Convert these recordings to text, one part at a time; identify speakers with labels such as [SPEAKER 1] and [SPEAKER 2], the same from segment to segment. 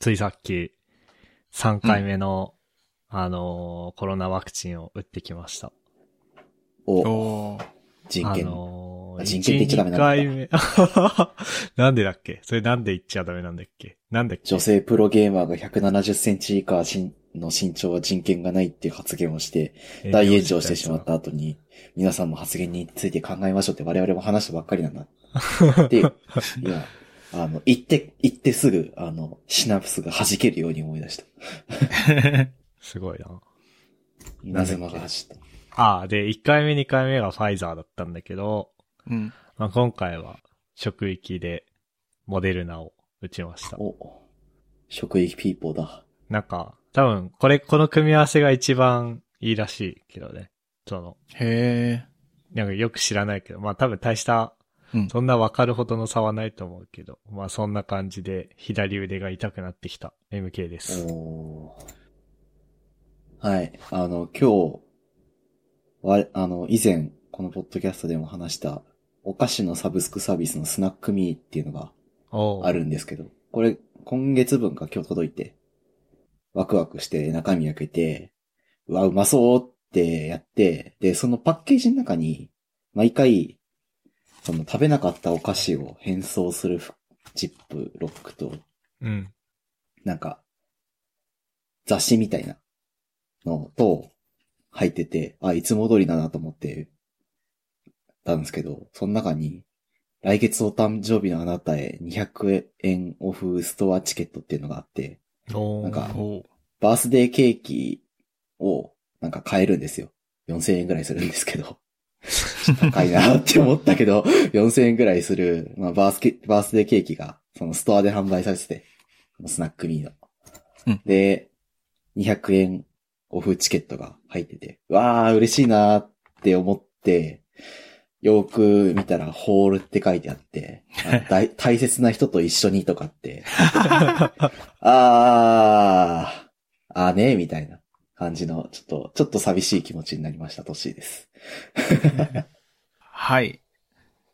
[SPEAKER 1] ついさっき、3回目の、あのーコロナワクチンを打ってきました。
[SPEAKER 2] お、
[SPEAKER 3] おー
[SPEAKER 2] 人
[SPEAKER 1] あ
[SPEAKER 2] 権。
[SPEAKER 1] の
[SPEAKER 2] あ
[SPEAKER 1] ー、
[SPEAKER 2] 人権って言っちゃダメなんだ
[SPEAKER 1] 1 2回目。 なんでだっけそれなんで言っちゃダメなんだっけなんだっけ
[SPEAKER 2] 女性プロゲーマーが170センチ以下身の身長は人権がないっていう発言をして、大炎上してしまっ。た後に、皆さんも発言について考えましょうって我々も話したばっかりなんだ。 で、いや、あの、言って、言ってすぐ、あの、シナプスが弾けるように思い出した。
[SPEAKER 1] すごいな。
[SPEAKER 2] 稲妻が走った。
[SPEAKER 1] ああ、で、1回目2回目がファイザーだったんだけど、
[SPEAKER 3] うん。
[SPEAKER 1] まあ、今回は、職域で、モデルナを打ちました。
[SPEAKER 2] お、職域ピーポーだ。
[SPEAKER 1] なんか、多分、これ、この組み合わせが一番いいらしいけどね。その、
[SPEAKER 3] へえ。
[SPEAKER 1] なんかよく知らないけど、まあ多分大した、
[SPEAKER 3] うん
[SPEAKER 1] そんなわかるほどの差はないと思うけど、まあそんな感じで左腕が痛くなってきた MK です。
[SPEAKER 2] おーはい。あの、今日、わ、あの、以前、このポッドキャストでも話した、お菓子のサブスクサービスのスナックミーっていうのが
[SPEAKER 1] おう
[SPEAKER 2] あるんですけど、これ、今月分が今日届いて、ワクワクして中身開けて、うわ、うまそうってやって、で、そのパッケージの中に、毎回、その食べなかったお菓子を変装するジップロックと、
[SPEAKER 1] うん。
[SPEAKER 2] なんか、雑誌みたいなのと、入ってて、あ、いつも通りだなと思って、たんですけど、その中に、来月お誕生日のあなたへ200円オフストアチケットっていうのがあって、
[SPEAKER 1] おう
[SPEAKER 2] なんか
[SPEAKER 3] おー
[SPEAKER 2] バースデーケーキをなんか買えるんですよ。4000円ぐらいするんですけど。高いなって思ったけど、4000円ぐらいする、まあ、バースケ、バースデーケーキが、そのストアで販売されてて、スナックミーの。
[SPEAKER 3] うん
[SPEAKER 2] で、200円オフチケットが入ってて、わー、嬉しいなーって思って、よーく見たら、ホールって書いて あって、あの大大切な人と一緒にとかって、あー、あーねーみたいな感じの、ちょっと、ちょっと寂しい気持ちになりました、年です。
[SPEAKER 3] はい。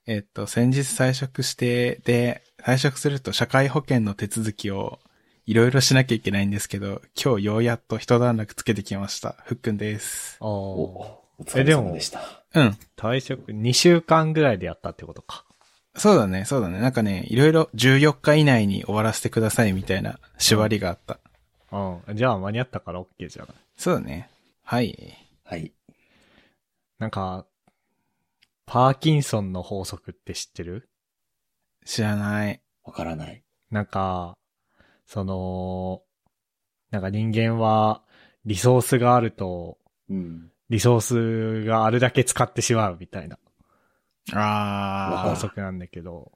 [SPEAKER 3] えっと、先日退職して、で、退職すると社会保険の手続きをいろいろしなきゃいけないんですけど、今日ようやっと一段落つけてきました。ふっくんです。
[SPEAKER 1] おう
[SPEAKER 2] おお疲れ様でした。
[SPEAKER 3] うん。
[SPEAKER 1] 退職2週間ぐらいでやったってことか。
[SPEAKER 3] そうだね、そうだね。なんかね、いろいろ14日以内に終わらせてくださいみたいな縛りがあった。
[SPEAKER 1] うん。じゃあ間に合ったから OK じゃない。
[SPEAKER 3] そうだね。はい。
[SPEAKER 2] はい。
[SPEAKER 1] なんか、パーキンソンの法則って知ってる
[SPEAKER 3] 知らない。
[SPEAKER 2] わからない。
[SPEAKER 1] なんか、その、なんか人間はリソースがあると、
[SPEAKER 2] うん。
[SPEAKER 1] リソースがあるだけ使ってしまうみたいな
[SPEAKER 3] あ
[SPEAKER 1] 法
[SPEAKER 3] ー。
[SPEAKER 1] 則なんだけど、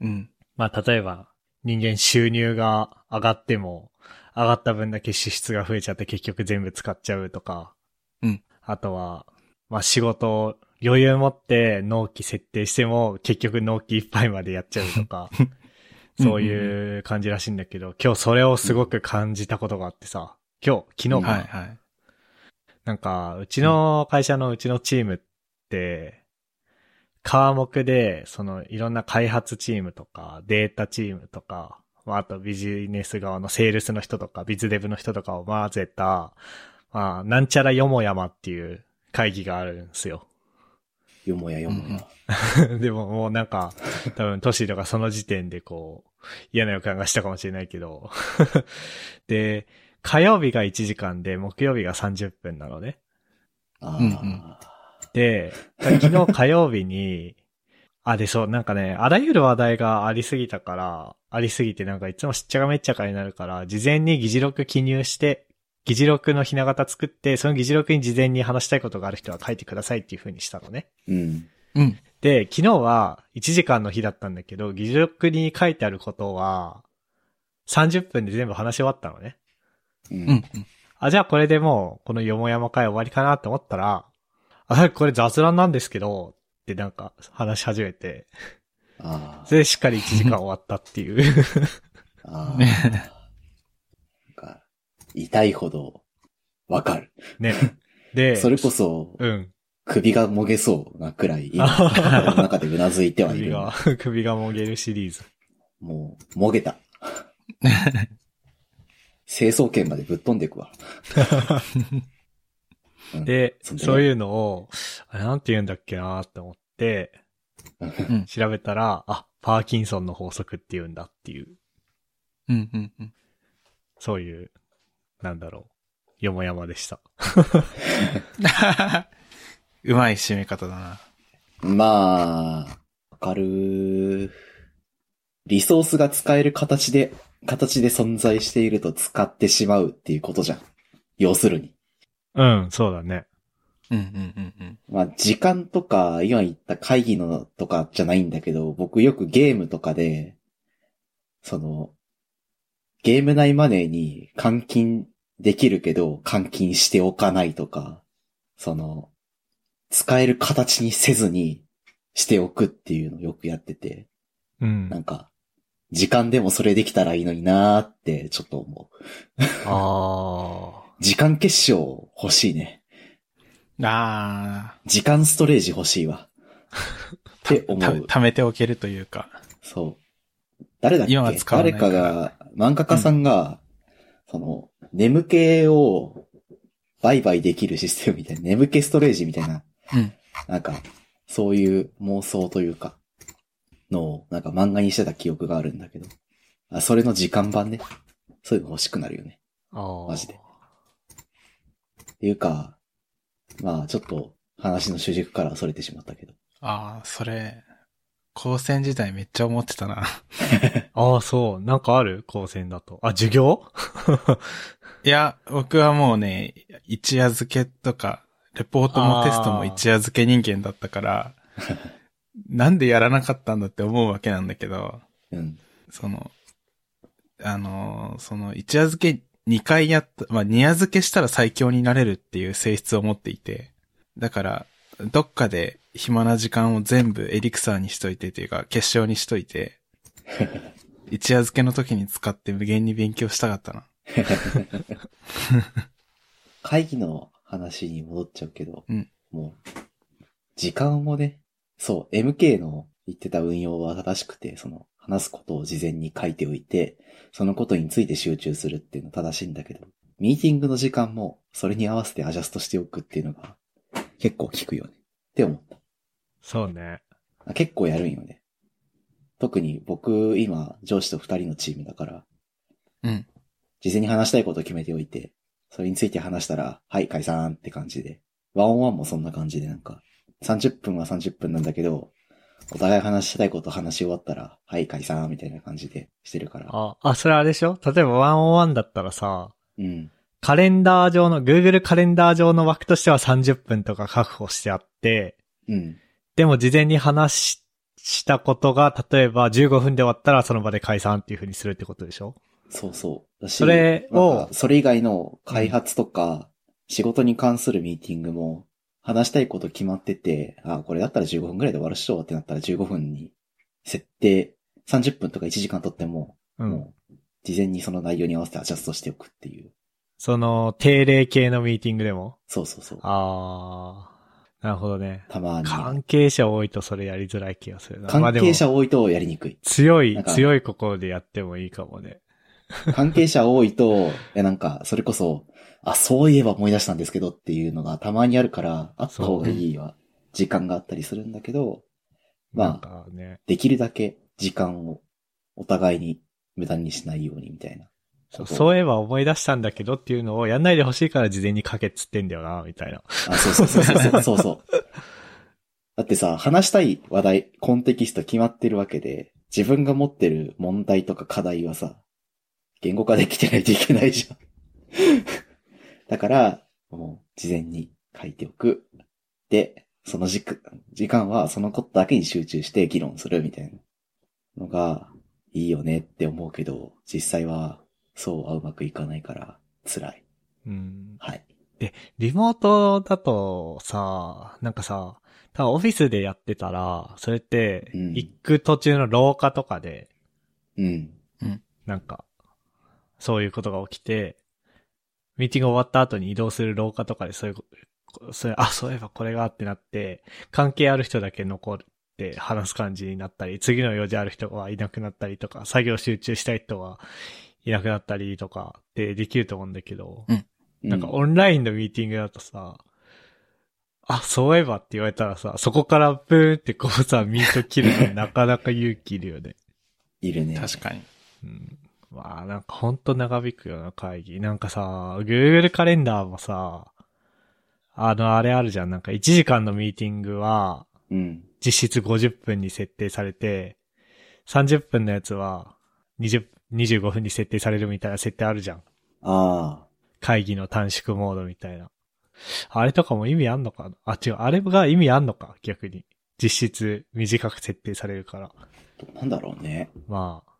[SPEAKER 3] うん。
[SPEAKER 1] まあ例えば人間収入が上がっても、上がった分だけ支出が増えちゃって結局全部使っちゃうとか、
[SPEAKER 3] うん。
[SPEAKER 1] あとは、まあ仕事を余裕持って納期設定しても結局納期いっぱいまでやっちゃうと か、そういう感じらしいんだけど、今日それをすごく感じたことがあってさ、今日、昨日か、
[SPEAKER 3] はい、はい。
[SPEAKER 1] なんか、うちの会社のうちのチームって、科目で、その、いろんな開発チームとか、データチームとか、まあ、あとビジネス側のセールスの人とか、ビズデブの人とかを混ぜた、まあ、なんちゃらよもやまっていう会議があるんですよ。
[SPEAKER 2] よもやよもや。
[SPEAKER 1] でももうなんか、多分トシーとかその時点でこう、嫌な予感がしたかもしれないけど。 で、火曜日が1時間で、木曜日が30分なのね。
[SPEAKER 2] あ
[SPEAKER 3] うんう
[SPEAKER 2] あ
[SPEAKER 1] で、昨日火曜日に、あ、で、そう、なんかね、あらゆる話題がありすぎたから、ありすぎてなんかいつもしっちゃかめっちゃかになるから、事前に議事録記入して、議事録のひな形作って、その議事録に事前に話したいことがある人は書いてくださいっていう風にしたのね。
[SPEAKER 2] うん。
[SPEAKER 3] うん。
[SPEAKER 1] で、昨日は1時間の日だったんだけど、議事録に書いてあることは、30分で全部話し終わったのね。
[SPEAKER 2] う
[SPEAKER 3] うんん。。うん
[SPEAKER 1] あ、じゃあこれでもう、このよもやま会終わりかなって思ったら、あ、これ雑談なんですけど、ってなんか話し始めて、
[SPEAKER 2] ああ
[SPEAKER 1] そ。れでしっかり1時間終わったって いう。
[SPEAKER 2] ああ。
[SPEAKER 3] ね
[SPEAKER 2] なんか、痛いほど、わかる。
[SPEAKER 1] ね。で、
[SPEAKER 2] それこそ、
[SPEAKER 1] うん。
[SPEAKER 2] 首がもげそうなくらい、今、心の中でうなずいてはい
[SPEAKER 1] 首
[SPEAKER 2] る
[SPEAKER 1] が。、首がもげるシリーズ。
[SPEAKER 2] もう、もげた。成層圏までぶっ飛んでいくわ。うん、
[SPEAKER 1] で、
[SPEAKER 2] そうだね
[SPEAKER 1] そういうのを、あれなんて言うんだっけなって思って、
[SPEAKER 3] うん。
[SPEAKER 1] 調べたら、あ、パーキンソンの法則って言うんだっていう、
[SPEAKER 3] うんうんうん。
[SPEAKER 1] そういう、なんだろう、よもやまでした。
[SPEAKER 3] うまい締め方だな。
[SPEAKER 2] まあ、わかる。リソースが使える形で、形で存在していると使ってしまうっていうことじゃん。要するに。
[SPEAKER 1] うん、そうだね。
[SPEAKER 3] うんうんうんうん。
[SPEAKER 2] まあ、時間とか、今言った会議のとかじゃないんだけど、僕よくゲームとかで、その、ゲーム内マネーに換金できるけど、換金しておかないとか、その、使える形にせずにしておくっていうのをよくやってて、
[SPEAKER 1] う
[SPEAKER 2] なん
[SPEAKER 1] ん。
[SPEAKER 2] か、時間でもそれできたらいいのになーってちょっと思う。
[SPEAKER 1] あ
[SPEAKER 2] 時間結晶欲しいね。
[SPEAKER 3] あ
[SPEAKER 2] 時間ストレージ欲しいわ。って
[SPEAKER 3] あ、
[SPEAKER 2] 思
[SPEAKER 3] た
[SPEAKER 2] う。
[SPEAKER 3] 貯めておけるというか。
[SPEAKER 2] そう。誰だっけ
[SPEAKER 3] 今は使わな
[SPEAKER 2] 誰
[SPEAKER 3] いか
[SPEAKER 2] からが、漫画家さんが、その、眠気を売買できるシステムみたいな、眠気ストレージみたいな、
[SPEAKER 3] うん。
[SPEAKER 2] なんか、そういう妄想というか、のを、なんか漫画にしてた記憶があるんだけど。あ、それの時間版ね。そういうの欲しくなるよね。
[SPEAKER 1] あ。ああ。
[SPEAKER 2] マジで。っていうか、まあちょっと話の主軸からはそれてしまったけど。
[SPEAKER 3] ああ、それ、高専時代めっちゃ思ってたな。
[SPEAKER 1] ああ、そう。なんかある高専だと。あ、授業
[SPEAKER 3] いや、僕はもうね、一夜漬けとか、レポートもテストも一夜漬け人間だった から、なんでやらなかったんだって思うわけなんだけど、
[SPEAKER 2] うん。
[SPEAKER 3] その、あのー、その一夜漬け2回やった、まあ二夜漬けしたら最強になれるっていう性質を持っていて、だから、どっかで暇な時間を全部エリクサーにしといてというか、結晶にしといて、一夜漬けの時に使って無限に勉強したかったな。
[SPEAKER 2] 会議の話に戻っちゃうけど、
[SPEAKER 3] うん
[SPEAKER 2] もう、時間をね、そう、MK の言ってた運用は正しくて、その、話すことを事前に書いておいて、そのことについて集中するっていうのは正しいんだけど、ミーティングの時間も、それに合わせてアジャストしておくっていうのが、結構効くよね。って思った。
[SPEAKER 1] そうね。
[SPEAKER 2] あ結構やるんよね。特に僕、今、上司と二人のチームだから、
[SPEAKER 3] うん。
[SPEAKER 2] 事前に話したいことを決めておいて、それについて話したら、はい、解散って感じで。ワンオンワンもそんな感じで、なんか、30分は30分なんだけど、お互い話したいこと話し終わったら、はい、解散みたいな感じでしてるから。
[SPEAKER 1] あ、あ、それあれでしょ例えば101だったらさ、
[SPEAKER 2] うん。
[SPEAKER 1] カレンダー上の、Google カレンダー上の枠としては30分とか確保してあって、
[SPEAKER 2] うん。
[SPEAKER 1] でも事前に話ししたことが、例えば15分で終わったらその場で解散っていう風にするってことでしょ
[SPEAKER 2] そうそう。だし
[SPEAKER 1] それを
[SPEAKER 2] なんかそれ以外の開発とか、仕事に関するミーティングも、話したいこと決まってて、あ、これだったら15分くらいで終わるっしょってなったら15分に、設定、30分とか1時間とっても、
[SPEAKER 1] うん。
[SPEAKER 2] もう、事前にその内容に合わせてアジャストしておくっていう。
[SPEAKER 1] その、定例系のミーティングでも。
[SPEAKER 2] そうそうそう。
[SPEAKER 1] あー、なるほどね。
[SPEAKER 2] たまに。
[SPEAKER 1] 関係者多いとそれやりづらい気がするな。まあ
[SPEAKER 2] 関
[SPEAKER 1] で
[SPEAKER 2] 係
[SPEAKER 1] も。
[SPEAKER 2] 者多いとやりにくい
[SPEAKER 1] 強い
[SPEAKER 2] なん、か
[SPEAKER 1] 強い心でやってもいいかもね。
[SPEAKER 2] 関係者多いと、 え、なんか、それこそ、あ、そういえば思い出したんですけどっていうのがたまにあるから、あった方がいいは、時間があったりするんだけど、まあ
[SPEAKER 1] なんかね。
[SPEAKER 2] できるだけ時間をお互いに無駄にしないようにみたいな。
[SPEAKER 1] そう
[SPEAKER 2] ことを
[SPEAKER 1] そういえば思い出したんだけどっていうのをやんないでほしいから事前に書けっつってんだよな、みたいな。
[SPEAKER 2] あ、そうそうそうそうそうそう。だってさ、話したい話題、コンテキスト決まってるわけで、自分が持ってる問題とか課題はさ、言語化できてないといけないじゃん。だから、もう、事前に書いておく。で、その時間、時間はそのことだけに集中して議論するみたいなのが、いいよねって思うけど、実際は、そうはうまくいかないから、辛い。
[SPEAKER 1] うん。
[SPEAKER 2] はい。
[SPEAKER 1] リモートだとさ、なんかさ、多分オフィスでやってたら、それって、
[SPEAKER 2] うん
[SPEAKER 1] 行く途中の廊下とかで、
[SPEAKER 2] うん。
[SPEAKER 1] なんか、そういうことが起きて、ミーティング終わった後に移動する廊下とかでそういうこ、そういう、あ、そういえばこれがってなって、関係ある人だけ残って話す感じになったり、次の用事ある人はいなくなったりとか、作業集中したい人はいなくなったりとかってできると思うんだけど、
[SPEAKER 2] うん
[SPEAKER 1] なんかオンラインのミーティングだとさ、あ、そういえばって言われたらさ、そこからブーンってこうさ、ミート切るのなかなか勇気いるよね。
[SPEAKER 2] いるね。
[SPEAKER 3] 確かに。
[SPEAKER 1] うん。まあなんかほんと長引くような会議。なんかさ、Google カレンダーもさ、あの、あれあるじゃん。なんか1時間のミーティングは、
[SPEAKER 2] うん。
[SPEAKER 1] 実質50分に設定されて、30分のやつは20、25分に設定されるみたいな設定あるじゃん。
[SPEAKER 2] ああ。
[SPEAKER 1] 会議の短縮モードみたいな。あれとかも意味あんのかなあ、違う、あれが意味あんのか逆に。実質短く設定されるから。
[SPEAKER 2] どうなんだろうね。
[SPEAKER 1] まあ、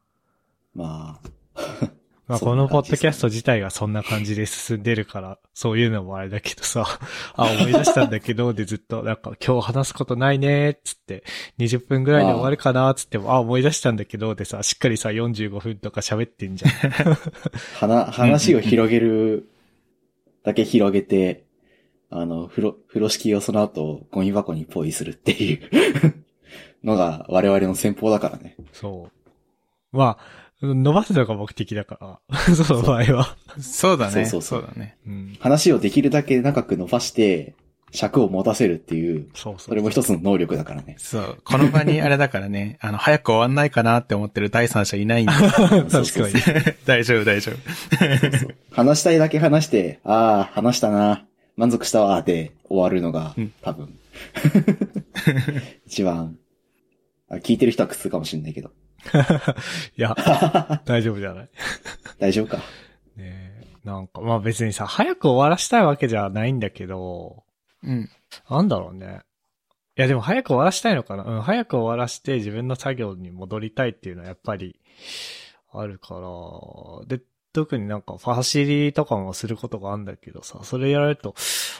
[SPEAKER 2] まあ。
[SPEAKER 1] まあ
[SPEAKER 2] そ
[SPEAKER 1] こ
[SPEAKER 2] んな
[SPEAKER 1] の
[SPEAKER 2] 感じ
[SPEAKER 1] ポッドキャスト自体がそんな感じで進んでるから、そういうのもあれだけどさ、 あ、思い出したんだけど、でずっと、なんか今日話すことないねーっつって、20分ぐらいで終わるかなーっつっても、あ、思い出したんだけど、でさ、しっかりさ、45分とか喋ってん じゃん。
[SPEAKER 2] はな、話を広げるだけ広げて、あの、風呂、風呂敷をその後、ゴミ箱にポイするっていう のが我々の戦法だからね。
[SPEAKER 1] そう。まあ、伸ばすのが目的だから、 その場合は。
[SPEAKER 3] そうだね。
[SPEAKER 2] そ
[SPEAKER 3] そうう
[SPEAKER 2] そうそう
[SPEAKER 3] だね。。
[SPEAKER 1] うん。
[SPEAKER 2] 話をできるだけ長く伸ばして、尺を持たせるっていう、
[SPEAKER 1] そうそ
[SPEAKER 2] そうれ。も一つの能力だからね
[SPEAKER 3] そう。この場にあれだからね、 あの、早く終わんないかなって思ってる第三者いないんで。
[SPEAKER 1] 確か
[SPEAKER 2] そうそう
[SPEAKER 1] に。
[SPEAKER 3] 大丈夫、大丈夫。
[SPEAKER 2] 話したいだけ話して、ああ、話したな、満足したわ、で終わるのが
[SPEAKER 3] うん、
[SPEAKER 2] 多分。一番あ、聞いてる人は苦痛かもしれないけど。
[SPEAKER 1] いや、大丈夫じゃない。
[SPEAKER 2] 大丈夫か。
[SPEAKER 1] ねえなんか、まあ別にさ、早く終わらしたいわけじゃないんだけど、
[SPEAKER 3] うん。
[SPEAKER 1] なんだろうね。いやでも早く終わらしたいのかなうん、早く終わらして自分の作業に戻りたいっていうのはやっぱりあるから、で、特になんかファシリとかもすることがあるんだけどさ、それやられると、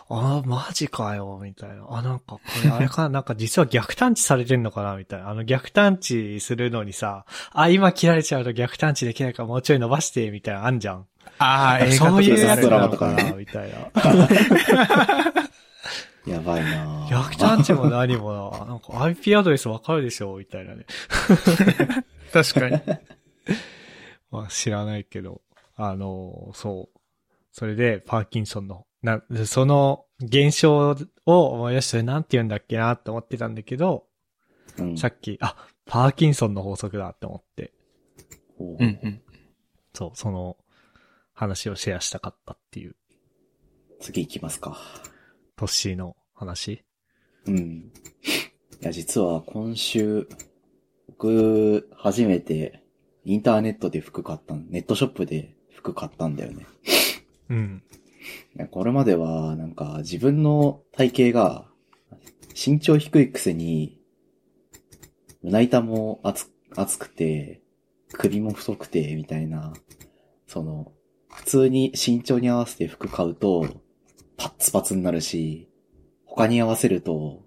[SPEAKER 1] ああ、マジかよ、みたいな。あ、なんか、これあれかな、なんか実は逆探知されてんのかな、みたいな。あの逆探知するのにさ、あ、今切られちゃうと逆探知できないからもうちょい伸ばして、みたいな、あんじゃん。
[SPEAKER 3] ああ、映画
[SPEAKER 1] そういうやつ
[SPEAKER 2] ドラ
[SPEAKER 1] な
[SPEAKER 2] マ
[SPEAKER 1] の
[SPEAKER 2] と
[SPEAKER 1] か
[SPEAKER 2] か
[SPEAKER 1] な、みたいな。
[SPEAKER 2] やばいな
[SPEAKER 1] 逆探知も何もな、なんか IP アドレスわかるでしょみたいなね。
[SPEAKER 3] 確かに。
[SPEAKER 1] まあ知らないけど。あの、そう。それで、パーキンソンの、な、その現象を思い出して、なんて言うんだっけなって思ってたんだけど、
[SPEAKER 2] うん
[SPEAKER 1] さっき、あ、パーキンソンの法則だって思って、
[SPEAKER 2] おう
[SPEAKER 3] うんうん。
[SPEAKER 1] そう、その話をシェアしたかったっていう、
[SPEAKER 2] 次行きますか。
[SPEAKER 1] トッシーの話。
[SPEAKER 2] うん。いや、実は今週、僕、初めて、インターネットで服買ったん、ネットショップで服買ったんだよね。
[SPEAKER 1] うん。
[SPEAKER 2] いやこれまでは、なんか、自分の体型が、身長低いくせに、胸板も厚厚くて、首も太くて、みたいな、その、普通に身長に合わせて服買うと、パッツパツになるし、他に合わせると、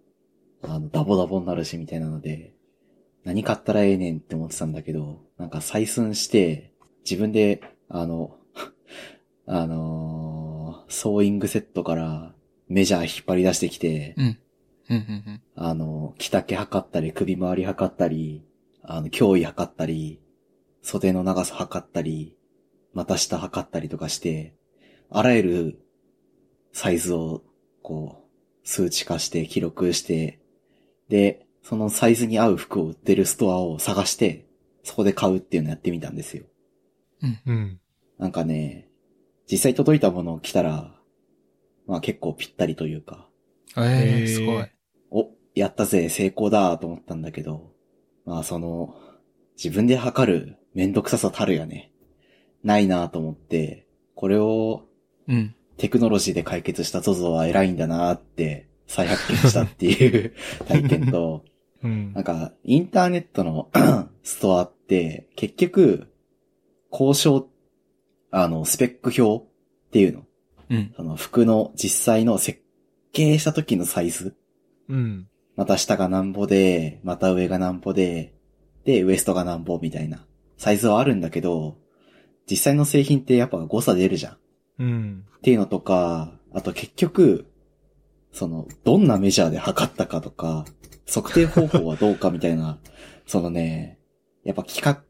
[SPEAKER 2] あの、ダボダボになるし、みたいなので、何買ったらええねんって思ってたんだけど、なんか採寸して、自分で、あの、あのーソーイングセットからメジャー引っ張り出してきて、
[SPEAKER 3] うん。うんうん
[SPEAKER 2] あの、着丈測ったり、首回り測ったり、あの、脅威測ったり、袖の長さ測ったり、股下測ったりとかして、あらゆるサイズを、こう、数値化して、記録して、で、そのサイズに合う服を売ってるストアを探して、そこで買うっていうのをやってみたんですよ。
[SPEAKER 1] うん。
[SPEAKER 2] なんかね、実際届いたものを着たら、まあ結構ぴったりというか、
[SPEAKER 3] うん。え
[SPEAKER 1] へ
[SPEAKER 3] え、
[SPEAKER 1] ー
[SPEAKER 3] すごい。
[SPEAKER 2] お、やったぜ、成功だと思ったんだけど、まあその、自分で測るめんどくささたるやね。ないなと思って、これを
[SPEAKER 3] うん。
[SPEAKER 2] テクノロジーで解決した ZOZO は偉いんだなって再発見したっていう体験と、
[SPEAKER 1] うん
[SPEAKER 2] なん。か、インターネットの ストアって、結局、交渉、あの、スペック表っていうの。
[SPEAKER 3] うん。
[SPEAKER 2] その服の実際の設計した時のサイズ。
[SPEAKER 1] うん。
[SPEAKER 2] また下がなんぼで、また上がなんぼで、で、ウエストがなんぼみたいな。サイズはあるんだけど、実際の製品ってやっぱ誤差出るじゃん。
[SPEAKER 1] うん。
[SPEAKER 2] っていうのとか、あと結局、その、どんなメジャーで測ったかとか、測定方法はどうかみたい な、そのね、やっぱ企画、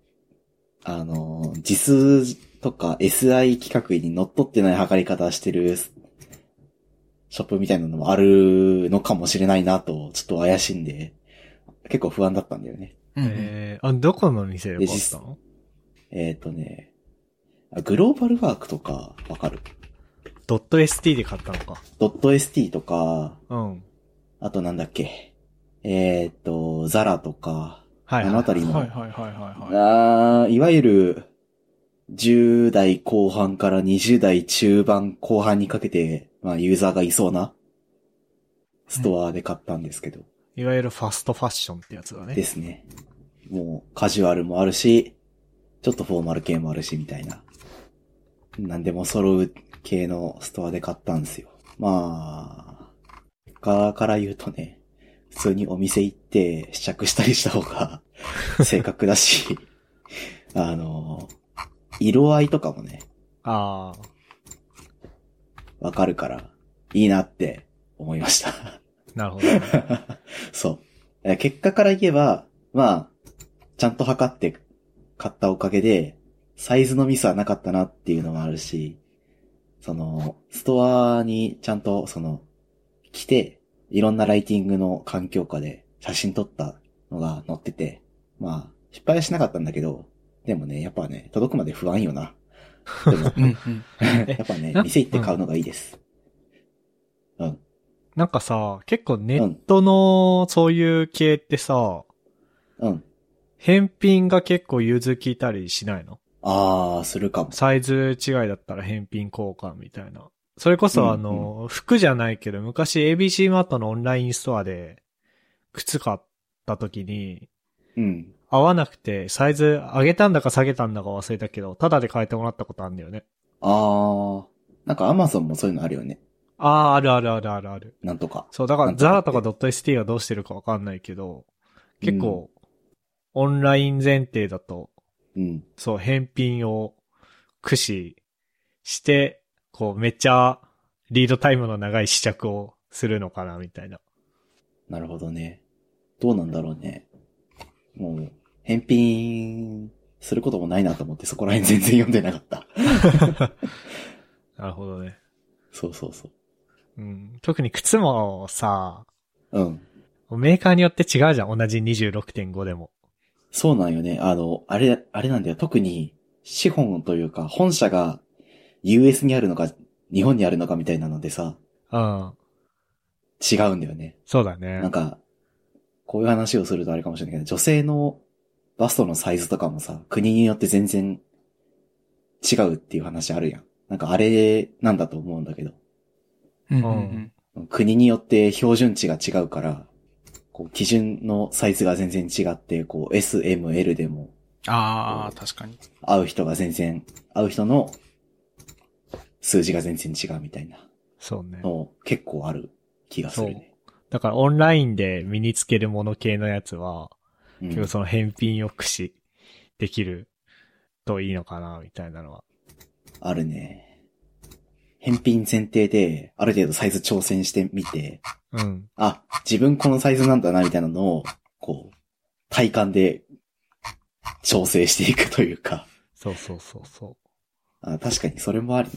[SPEAKER 2] あの、実数とか SI 規格に乗っ取ってない測り方してるショップみたいなのもあるのかもしれないなと、ちょっと怪しいんで、結構不安だったんだよね。
[SPEAKER 3] うんうん
[SPEAKER 1] えー、あ、どこの店で買ったの
[SPEAKER 2] えっ、とね、あグローバルワークとかわかる
[SPEAKER 1] ドット ST で買ったのか。
[SPEAKER 2] ドット .st とか、
[SPEAKER 1] うん。
[SPEAKER 2] あとなんだっけ。えっ、と、ザラとか、
[SPEAKER 1] はい、
[SPEAKER 2] あのあたりの、
[SPEAKER 3] はいはいはいはいは
[SPEAKER 2] あーいわゆる、10代後半から20代中盤後半にかけて、まあユーザーがいそうなストアで買ったんですけど、
[SPEAKER 1] いわゆるファストファッションってやつだね
[SPEAKER 2] で。すね。もうカジュアルもあるし、ちょっとフォーマル系もあるしみたいな。なんでも揃う系のストアで買ったんですよ。まあ、側から言うとね、普通にお店行って試着したりした方が 正確だし、あの、色合いとかもね、
[SPEAKER 1] ああ、
[SPEAKER 2] わかるから、いいなって思いました。
[SPEAKER 1] なる ほど、ね。
[SPEAKER 2] そう。え結果から言えば、まあ、ちゃんと測って買ったおかげで、サイズのミスはなかったなっていうのもあるし、その、ストアにちゃんと、その、来て、いろんなライティングの環境下で写真撮ったのが載ってて、まあ、失敗はしなかったんだけど、でもね、やっぱね、届くまで不安よな。でも、
[SPEAKER 3] い。うんうん。
[SPEAKER 2] やっぱね、店行って買うのがいいです。うん。
[SPEAKER 1] なんかさ、結構ネットのそういう系ってさ、
[SPEAKER 2] うん。
[SPEAKER 1] 返品が結構融通きいたりしないの
[SPEAKER 2] あー、するかも。
[SPEAKER 1] サイズ違いだったら返品交換みたいな。それこ
[SPEAKER 2] うん
[SPEAKER 1] そあの、服じゃないけど、昔 ABC マートのオンラインストアで、靴買った時に、
[SPEAKER 2] うん。
[SPEAKER 1] 合わなくて、サイズ上げたんだか下げたんだか忘れたけど、タダで変えてもらったことあるんだよね。
[SPEAKER 2] あー。なんかアマゾンもそういうのあるよね。
[SPEAKER 1] ああ、あるあるあるあるある。
[SPEAKER 2] なんとか。
[SPEAKER 1] そう、だか
[SPEAKER 2] な
[SPEAKER 1] ら
[SPEAKER 2] んとか
[SPEAKER 1] ザ
[SPEAKER 2] って
[SPEAKER 1] ラとか .st がどうしてるかわかんないけど、結構、オンライン前提だと、
[SPEAKER 2] うん。
[SPEAKER 1] そう、返品を駆使して、こう、めっちゃ、リードタイムの長い試着をするのかな、みたいな。
[SPEAKER 2] なるほどね。どうなんだろうね。もう、返品することもないなと思ってそこら辺全然読んでなかった。
[SPEAKER 1] なるほどね。
[SPEAKER 2] そうそうそ
[SPEAKER 1] うん。特に靴もさ、
[SPEAKER 2] う。うん。
[SPEAKER 1] メーカーによって違うじゃん、同じ26.5でも。
[SPEAKER 2] そうなんよね。あの、あれ、あれなんだよ。特に、資本というか、本社が US にあるのか、日本にあるのかみたいなのでさ、
[SPEAKER 1] うん。
[SPEAKER 2] 違うんだよね。
[SPEAKER 1] そうだね
[SPEAKER 2] なん。か、こういう話をするとあれかもしれないけど、女性のバストのサイズとかもさ、国によって全然違うっていう話あるやん。なんかあれなんだと思うんだけど、
[SPEAKER 3] うんうんう。
[SPEAKER 1] うん
[SPEAKER 2] 国によって標準値が違うから、こう基準のサイズが全然違って、こう S、M、L でも
[SPEAKER 3] ああ、確かに。
[SPEAKER 2] 合う人が全然、合う人の数字が全然違うみたいな
[SPEAKER 1] そうね。
[SPEAKER 2] の結構ある気がするね。
[SPEAKER 1] だからオンラインで身につけるもの系のやつは、
[SPEAKER 2] うん
[SPEAKER 1] 結構その返品を駆使できるといいのかな、みたいなのは。
[SPEAKER 2] あるね。返品前提で、ある程度サイズ挑戦してみて、
[SPEAKER 1] うん。
[SPEAKER 2] あ、自分このサイズなんだな、みたいなのを、こう、体感で、調整していくというか、
[SPEAKER 1] そうそうそうそ
[SPEAKER 2] あ確かにそれもある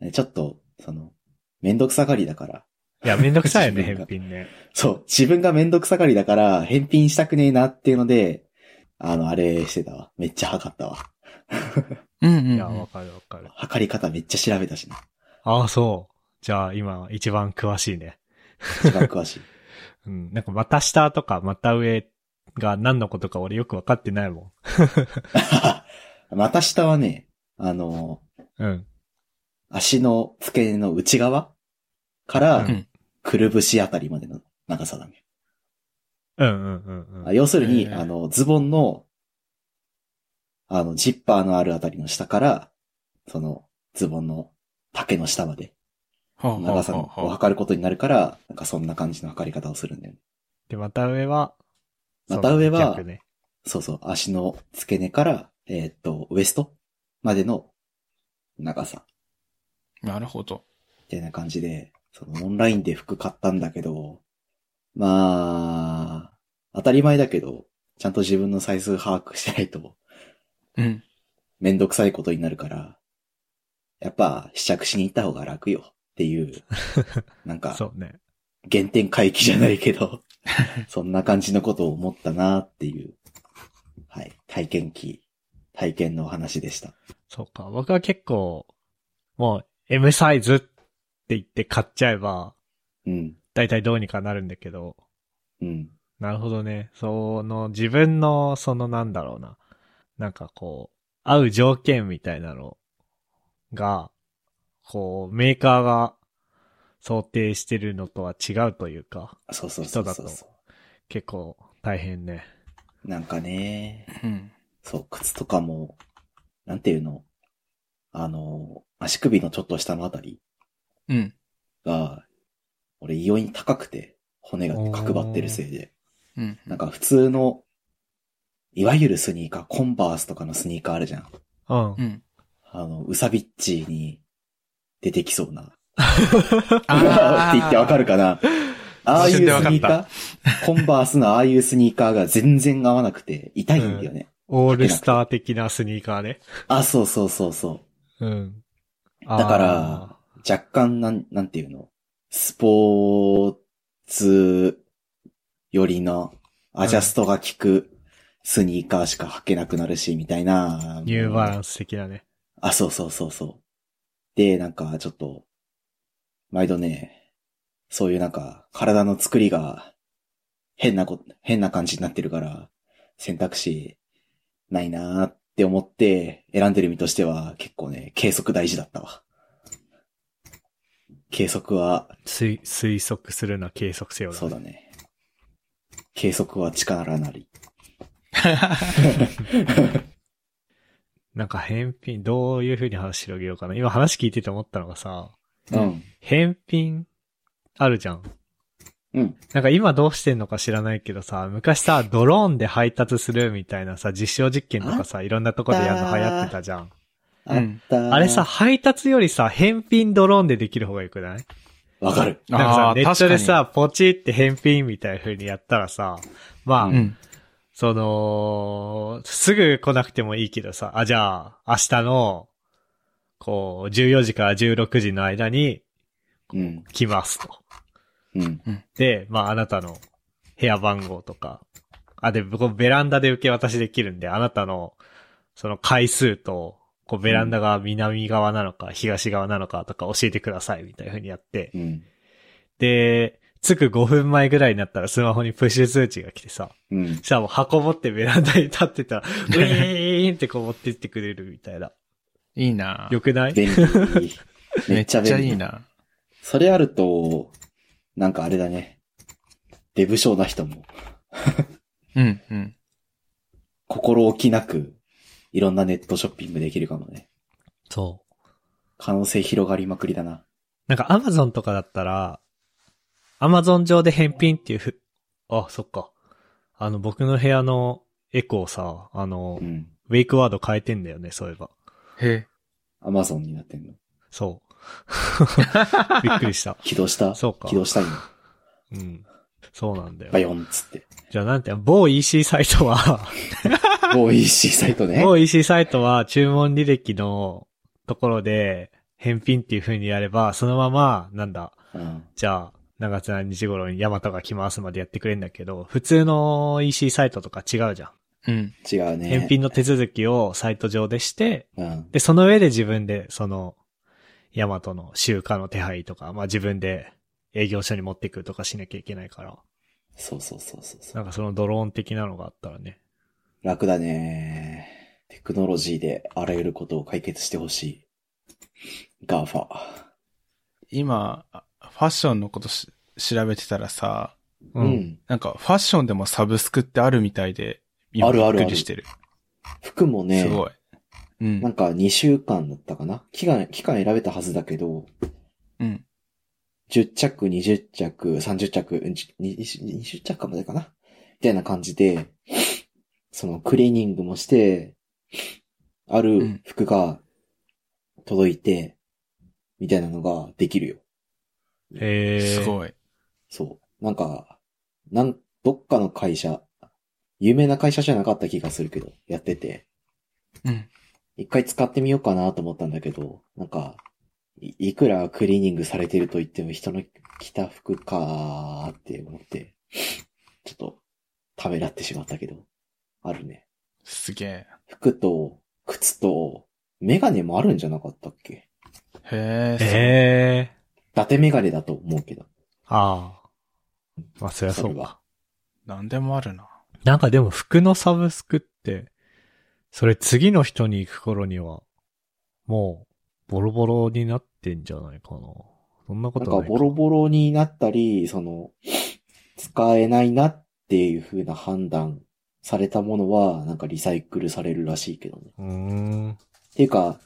[SPEAKER 2] ね。ちょっと、その、めんどくさがりだから、
[SPEAKER 1] う。いや、めんどくさいよね、
[SPEAKER 2] 自分が
[SPEAKER 1] 返品ね。
[SPEAKER 2] そう、自分がめんどくさがりだから、返品したくねえなっていうので、あの、あれしてたわ。めっちゃ測ったわ。
[SPEAKER 3] うんうん
[SPEAKER 1] いや、
[SPEAKER 3] う
[SPEAKER 1] わ
[SPEAKER 3] ん。
[SPEAKER 1] かるわかる。
[SPEAKER 2] 測り方めっちゃ調べたしな。
[SPEAKER 1] ああ、そう。じゃあ、今、一番詳しいね。
[SPEAKER 2] 一番詳しい。
[SPEAKER 1] うん。なんか、また下とか、また上が何のことか俺よくわかってないも
[SPEAKER 2] また下はね、あの、
[SPEAKER 1] ん。うん。
[SPEAKER 2] 足の付け根の内側から、
[SPEAKER 3] うん
[SPEAKER 2] くるぶしあたりまでの長さだね。
[SPEAKER 1] うんうんうんうん。
[SPEAKER 2] 要するに、
[SPEAKER 3] へー
[SPEAKER 2] あの、ズボンの、あの、ジッパーのあるあたりの下から、その、ズボンの丈の下まで、
[SPEAKER 3] ほうほう
[SPEAKER 2] 長さ
[SPEAKER 3] ほう
[SPEAKER 2] を
[SPEAKER 3] ほう
[SPEAKER 2] 測ることになるから、なんかそんな感じの測り方をするんだよね。
[SPEAKER 1] で、また上は、
[SPEAKER 2] また上は
[SPEAKER 1] その逆ね。
[SPEAKER 2] そうそう、足の付け根から、えーっと、ウエストまでの長さ。
[SPEAKER 3] なるほど。
[SPEAKER 2] みたいな感じで、そのオンラインで服買ったんだけど、まあ、当たり前だけど、ちゃんと自分のサイズ把握してないと、
[SPEAKER 3] うん。
[SPEAKER 2] めんどくさいことになるから、やっぱ試着しに行った方が楽よっ ていう、なんか、
[SPEAKER 1] そうね。
[SPEAKER 2] 原点回帰じゃない けど、そんな感じのことを思ったなっていう、はい、体験記、体験のお話でした。
[SPEAKER 1] そうか。僕は結構、もう M サイズって言って買っちゃえば、
[SPEAKER 2] うん、
[SPEAKER 1] だいたいどうにかなるんだけど、
[SPEAKER 2] うん、
[SPEAKER 1] なるほどね。その自分の、そのなんだろうな。なんかこう、合う条件みたいなのが、こう、メーカーが想定してるのとは違うというか、
[SPEAKER 2] そうそうそうそ
[SPEAKER 1] 人
[SPEAKER 2] う
[SPEAKER 1] だ結構大変ね。
[SPEAKER 2] なんかね、
[SPEAKER 3] うん。
[SPEAKER 2] そう、靴とかも、なんていうの、あの、足首のちょっと下のあたり
[SPEAKER 3] うん。
[SPEAKER 2] が、俺異様に高くて、骨が角張ってるせいで、
[SPEAKER 3] うん。
[SPEAKER 2] なんか普通の、いわゆるスニーカー、コンバースとかのスニーカーあるじゃん。
[SPEAKER 1] うん
[SPEAKER 3] う。ん。
[SPEAKER 2] あの、ウサビッチに出てきそうな。
[SPEAKER 3] あー
[SPEAKER 2] うわーって言ってわかるかなああいうスニ
[SPEAKER 3] 一瞬
[SPEAKER 2] ー
[SPEAKER 3] で
[SPEAKER 2] カ
[SPEAKER 3] わ
[SPEAKER 2] ーコンバースのああいうスニーカーが全然合わなくて、痛いんだよね。
[SPEAKER 1] オールスター的なスニーカーね。
[SPEAKER 2] あ、そうそうそうそう。
[SPEAKER 1] うん。
[SPEAKER 2] だから
[SPEAKER 1] あ
[SPEAKER 2] 若干なん、なんていうのスポーツよりのアジャストが効くスニーカーしか履けなくなるし、みたいな。
[SPEAKER 1] ー、ニューバランス的なね。
[SPEAKER 2] あ、そうそうそうそう。で、なんかちょっと、毎度ね、そういうなんか体の作りが変なこ、変な感じになってるから、選択肢ないなーって思って選んでる身としては結構ね、計測大事だったわ。計測は、
[SPEAKER 1] 推推測するな、計測せよな
[SPEAKER 2] そうだね。計測は力なり。
[SPEAKER 1] なんか返品、どういう風に話広げようかな。今話聞いてて思ったのがさ、
[SPEAKER 2] うん。
[SPEAKER 1] 返品あるじゃん。
[SPEAKER 2] うん。
[SPEAKER 1] なんか今どうしてんのか知らないけどさ、昔さ、ドローンで配達するみたいなさ、実証実験とかさ、いろんなとこでやるの流行ってたじゃん。
[SPEAKER 2] あったー
[SPEAKER 1] あれさ、、配達よりさ、返品ドローンでできる方がよくない
[SPEAKER 2] わかる。
[SPEAKER 1] なんか
[SPEAKER 3] あ
[SPEAKER 1] さ
[SPEAKER 3] ー、
[SPEAKER 1] ネットで
[SPEAKER 3] 確
[SPEAKER 1] さ、ポチって返品みたいな風にやったらさ、まあ、
[SPEAKER 3] かにうん。
[SPEAKER 1] その、すぐ来なくてもいいけどさ、あ、じゃあ、明日の、こう、14時から16時の間に
[SPEAKER 2] うん。
[SPEAKER 1] 来ますと。
[SPEAKER 2] うん。
[SPEAKER 1] で、まあ、あなたの部屋番号とか、あ、で、こうベランダで受け渡しできるんで、あなたの、その回数と、こう、ベランダが南側なのか、東側なのかとか教えてください、みたいな風にやって。
[SPEAKER 2] うん。
[SPEAKER 1] で、着く5分前ぐらいになったらスマホにプッシュ通知が来てさ、
[SPEAKER 2] うん
[SPEAKER 1] そ。したらもう箱持ってベランダに立ってたら、ウィーンってこう持ってってくれるみたいな。
[SPEAKER 3] いいな
[SPEAKER 1] よくない
[SPEAKER 2] 便利。め
[SPEAKER 3] め
[SPEAKER 2] っ
[SPEAKER 3] っ
[SPEAKER 2] ち
[SPEAKER 3] ち
[SPEAKER 2] ゃ
[SPEAKER 3] ゃ
[SPEAKER 2] 便利。
[SPEAKER 3] いいな。
[SPEAKER 2] それあると、なんかあれだね。デブ症な人も
[SPEAKER 3] うん。うん。
[SPEAKER 2] 心置きなくいろんなネットショッピングできるかもね。
[SPEAKER 1] そう。
[SPEAKER 2] 可能性広がりまくりだな。
[SPEAKER 1] なんか Amazon とかだったら、Amazon 上で返品っていうふ、あ、そっか。あの、僕の部屋のエコーさ、あの
[SPEAKER 2] う、ん。
[SPEAKER 1] ウェイクワード変えてんだよね、そういえば。
[SPEAKER 3] へ
[SPEAKER 2] アマゾンになってんの。
[SPEAKER 1] そう。 びっくりした。
[SPEAKER 2] 起動した
[SPEAKER 1] そうか
[SPEAKER 2] 起動したいの。
[SPEAKER 1] うん。そうなんだよ
[SPEAKER 2] バ。ヨンっつって。
[SPEAKER 1] じゃあなんて、某 EC サイトは、
[SPEAKER 2] もういいし、サイトね。
[SPEAKER 1] 某 EC サイトは注文履歴のところで返品っていう風にやれば、そのまま、なんだ、
[SPEAKER 2] うん。
[SPEAKER 1] じゃあ、長津何日頃にヤマトが来ますまでやってくれるんだけど、普通の EC サイトとか違うじゃん。
[SPEAKER 3] え。うん。
[SPEAKER 2] 違うね。
[SPEAKER 1] 返品の手続きをサイト上でして、
[SPEAKER 2] うん。
[SPEAKER 1] で、その上で自分で、その、ヤマトの集荷の手配とか、まあ自分で営業所に持ってくとかしなきゃいけないから、
[SPEAKER 2] そうそうそうそうそ
[SPEAKER 1] な
[SPEAKER 2] う。
[SPEAKER 1] んかそのドローン的なのがあったらね。
[SPEAKER 2] 楽だね。テクノロジーであらゆることを解決してほしい。ガーファ。
[SPEAKER 3] 今、ファッションのことし調べてたらさ、
[SPEAKER 1] う。。
[SPEAKER 3] なんかファッションでもサブスクってあるみたいで、今
[SPEAKER 2] あるある
[SPEAKER 3] びっくりしてる。
[SPEAKER 2] 服もね、
[SPEAKER 3] すごい。う
[SPEAKER 2] な
[SPEAKER 3] ん。
[SPEAKER 2] んか2週間だったかな期間、期間選べたはずだけど、
[SPEAKER 3] うん。
[SPEAKER 2] 10着、20着、30着、うんじ20 20着かまでかなみたいな感じで、そのクリーニングもして、ある服が届いて、みたいなのができるよ。
[SPEAKER 1] へー。
[SPEAKER 3] す
[SPEAKER 1] い。
[SPEAKER 3] ごい。
[SPEAKER 2] そう。なんか、なん、どっかの会社、有名な会社じゃなかった気がするけど、やってて、
[SPEAKER 3] うん。
[SPEAKER 2] 一回使ってみようかなと思ったんだけど、なんか、いいくらクリーニングされてると言っても人の着た服かーって思って、ちょっと、ためらってしまったけど、あるね。
[SPEAKER 3] すげえ。
[SPEAKER 2] 服と、靴と、メガネもあるんじゃなかったっけ
[SPEAKER 3] へえ。
[SPEAKER 1] ええ
[SPEAKER 2] 伊達メガネだと思うけど。
[SPEAKER 1] ああ。まあ、そりゃそ
[SPEAKER 2] そうれは
[SPEAKER 1] か。
[SPEAKER 3] なんでもあ るな。
[SPEAKER 1] なんかでも服のサブスクって、それ次の人に行く頃には、もう、ボロボロになってんじゃないかな。そんなこ
[SPEAKER 2] なん
[SPEAKER 1] と
[SPEAKER 2] か
[SPEAKER 1] ないか。
[SPEAKER 2] ボロボロになったり、その、使えないなっていう風な判断されたものは、なんかリサイクルされるらしいけどね。
[SPEAKER 1] うーん。
[SPEAKER 2] っていうか、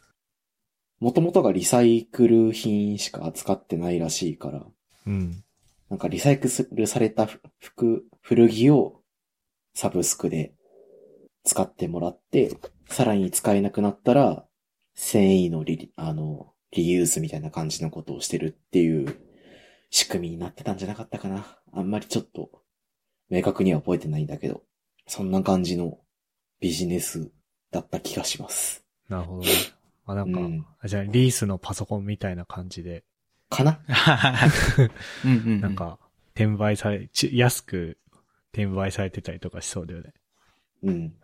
[SPEAKER 2] 元々がリサイクル品しか扱ってないらしいから、
[SPEAKER 1] うん。
[SPEAKER 2] なんかリサイクルされた服、古着をサブスクで使ってもらって、さらに使えなくなったら、繊維のリリ、あの、リユースみたいな感じのことをしてるっていう仕組みになってたんじゃなかったかな。あんまりちょっと明確には覚えてないんだけど、そんな感じのビジネスだった気がします。
[SPEAKER 1] なるほどね。まあなんか、
[SPEAKER 2] うん
[SPEAKER 1] あじゃあリースのパソコンみたいな感じで、
[SPEAKER 2] かな
[SPEAKER 3] うんうんうん
[SPEAKER 1] なん、か、転売され、ち安く転売されてたりとかしそうだよね。
[SPEAKER 2] うん。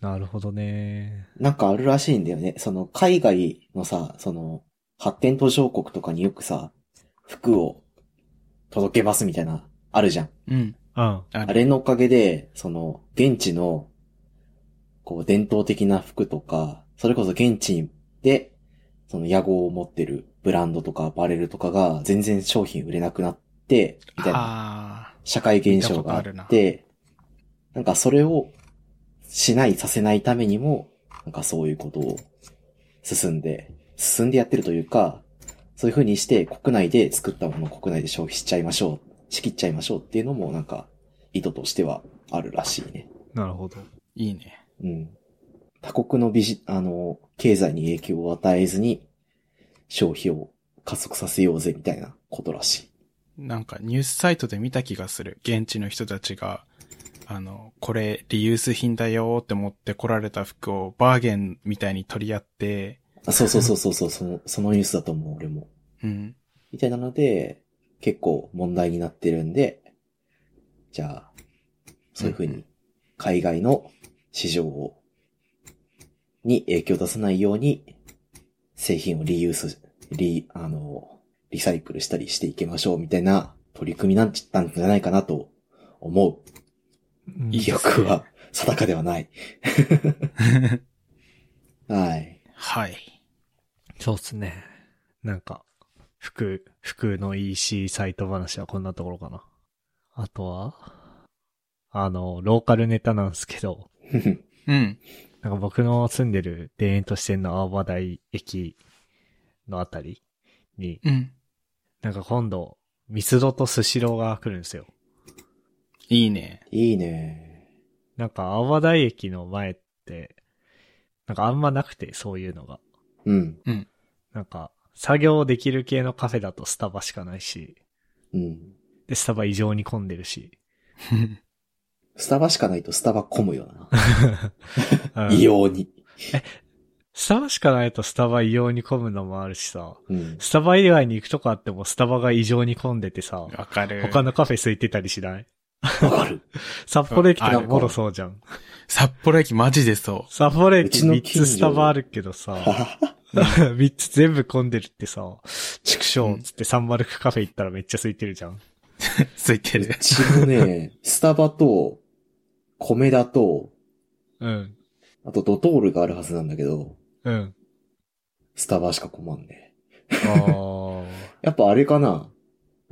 [SPEAKER 1] なるほどね。
[SPEAKER 2] なんかあるらしいんだよね。その海外のさ、その発展途上国とかによくさ、服を届けますみたいな、あるじゃん。
[SPEAKER 3] うん。
[SPEAKER 1] うん。
[SPEAKER 3] あ
[SPEAKER 2] あれのおかげで、その現地の、こう伝統的な服とか、それこそ現地で、その野号を持ってるブランドとかアパレルとかが全然商品売れなくなって、みたいな
[SPEAKER 3] あ
[SPEAKER 2] 社会現象があ
[SPEAKER 3] 見た
[SPEAKER 2] っ
[SPEAKER 3] ことあ
[SPEAKER 2] て、なんかそれをしない、させないためにも、なんかそういうことを進んで、進んでやってるというか、そういう風にして国内で作ったものを国内で消費しちゃいましょう、仕切っちゃいましょうっていうのもなんか意図としてはあるらしいね。
[SPEAKER 1] なるほど。
[SPEAKER 3] ーいいね。
[SPEAKER 2] うん。他国のビジ、あの、経済に影響を与えずに消費を加速させようぜみたいなことらしい。
[SPEAKER 3] なんかニュースサイトで見た気がする。現地の人たちが、あの、これリユース品だよって持って来られた服をバーゲンみたいに取り合って、
[SPEAKER 2] あそうそうそうそうそう、その、そのニュースだと思う、俺も。
[SPEAKER 3] うん。
[SPEAKER 2] みたいなので、結構問題になってるんで、じゃあ、そういうふう
[SPEAKER 3] うんう
[SPEAKER 2] に、海外の市場を、に影響を出さないように、製品をリユース、リ、あの、リサイクルしたりしていきましょう、みたいな取り組みなんちったんじゃないかなと思う。
[SPEAKER 1] うん
[SPEAKER 3] いい
[SPEAKER 2] 記
[SPEAKER 3] ですね
[SPEAKER 2] 憶は定かではない。はい。
[SPEAKER 3] はい。
[SPEAKER 1] そうっすね。なんか、服、服の EC サイト話はこんなところかな。あとは、あの、ローカルネタなんですけど、
[SPEAKER 3] うん。
[SPEAKER 1] なんか僕の住んでる田園都市線の青葉台駅のあたりに、
[SPEAKER 3] うん。
[SPEAKER 1] なんか今度、ミスドとスシローが来るんですよ。
[SPEAKER 3] い いね。
[SPEAKER 2] いいね。
[SPEAKER 1] なんか青葉台駅の前って、なんかあんまなくて、そういうのが。
[SPEAKER 2] うん。
[SPEAKER 1] なんか、作業できる系のカフェだとスタバしかないし、
[SPEAKER 2] うん。
[SPEAKER 1] で、スタバ異常に混んでるし。
[SPEAKER 2] スタバしかないとスタバ混むよ
[SPEAKER 1] う
[SPEAKER 2] な。
[SPEAKER 1] ん
[SPEAKER 2] 異様に。
[SPEAKER 1] スタバしかないとスタバ異様に混むのもあるしさ、
[SPEAKER 2] うん。
[SPEAKER 1] スタバ以外に行くとこあってもスタバが異常に混んでてさ、
[SPEAKER 3] わかる。
[SPEAKER 1] 他のカフェ空いてたりしない
[SPEAKER 2] わかる。
[SPEAKER 1] 札幌駅と
[SPEAKER 3] あ
[SPEAKER 1] か
[SPEAKER 3] る
[SPEAKER 1] もろそうじゃん。
[SPEAKER 3] 札幌駅マジでそう。
[SPEAKER 1] 札幌
[SPEAKER 2] う
[SPEAKER 1] 駅
[SPEAKER 2] ちの
[SPEAKER 1] 3
[SPEAKER 2] 近所
[SPEAKER 1] つスタバあるけど さ、3つ全部混んでるってさ、畜生っつってサンマルクカフェ行ったらめっちゃ空いてるじゃん。
[SPEAKER 3] ついて
[SPEAKER 2] う
[SPEAKER 3] る。
[SPEAKER 2] ちもね、スタバと、米田と、
[SPEAKER 1] うん。
[SPEAKER 2] あとドトールがあるはずなんだけど、
[SPEAKER 1] うん。
[SPEAKER 2] スタバしか困んね。
[SPEAKER 1] あー。
[SPEAKER 2] やっぱあれかな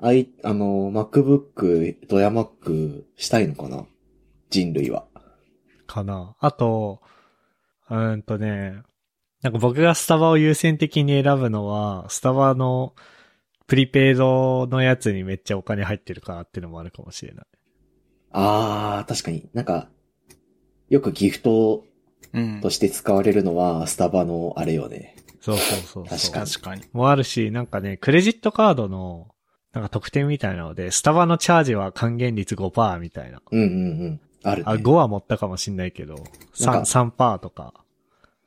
[SPEAKER 2] あい、あの、MacBook、ドヤ Mac したいのかな人類は。
[SPEAKER 1] かな。あと、うーんとね、なんか僕がスタバを優先的に選ぶのは、スタバのプリペイドのやつにめっちゃお金入ってるからっていうのもあるかもしれない。
[SPEAKER 2] あー、確かになんか、よくギフト
[SPEAKER 3] うん
[SPEAKER 2] と。して使われるのは、スタバのあれよね。
[SPEAKER 1] そうそうそうそう。
[SPEAKER 2] 確かに
[SPEAKER 3] 確かに。
[SPEAKER 1] もあるし、なんかね、クレジットカードの、なんか特典みたいなので、スタバのチャージは還元率5%みたいな。
[SPEAKER 2] うんうんうん。ある、ね。
[SPEAKER 1] あ、5は持ったかもしんないけど、
[SPEAKER 2] なんか
[SPEAKER 1] 3、3%とか。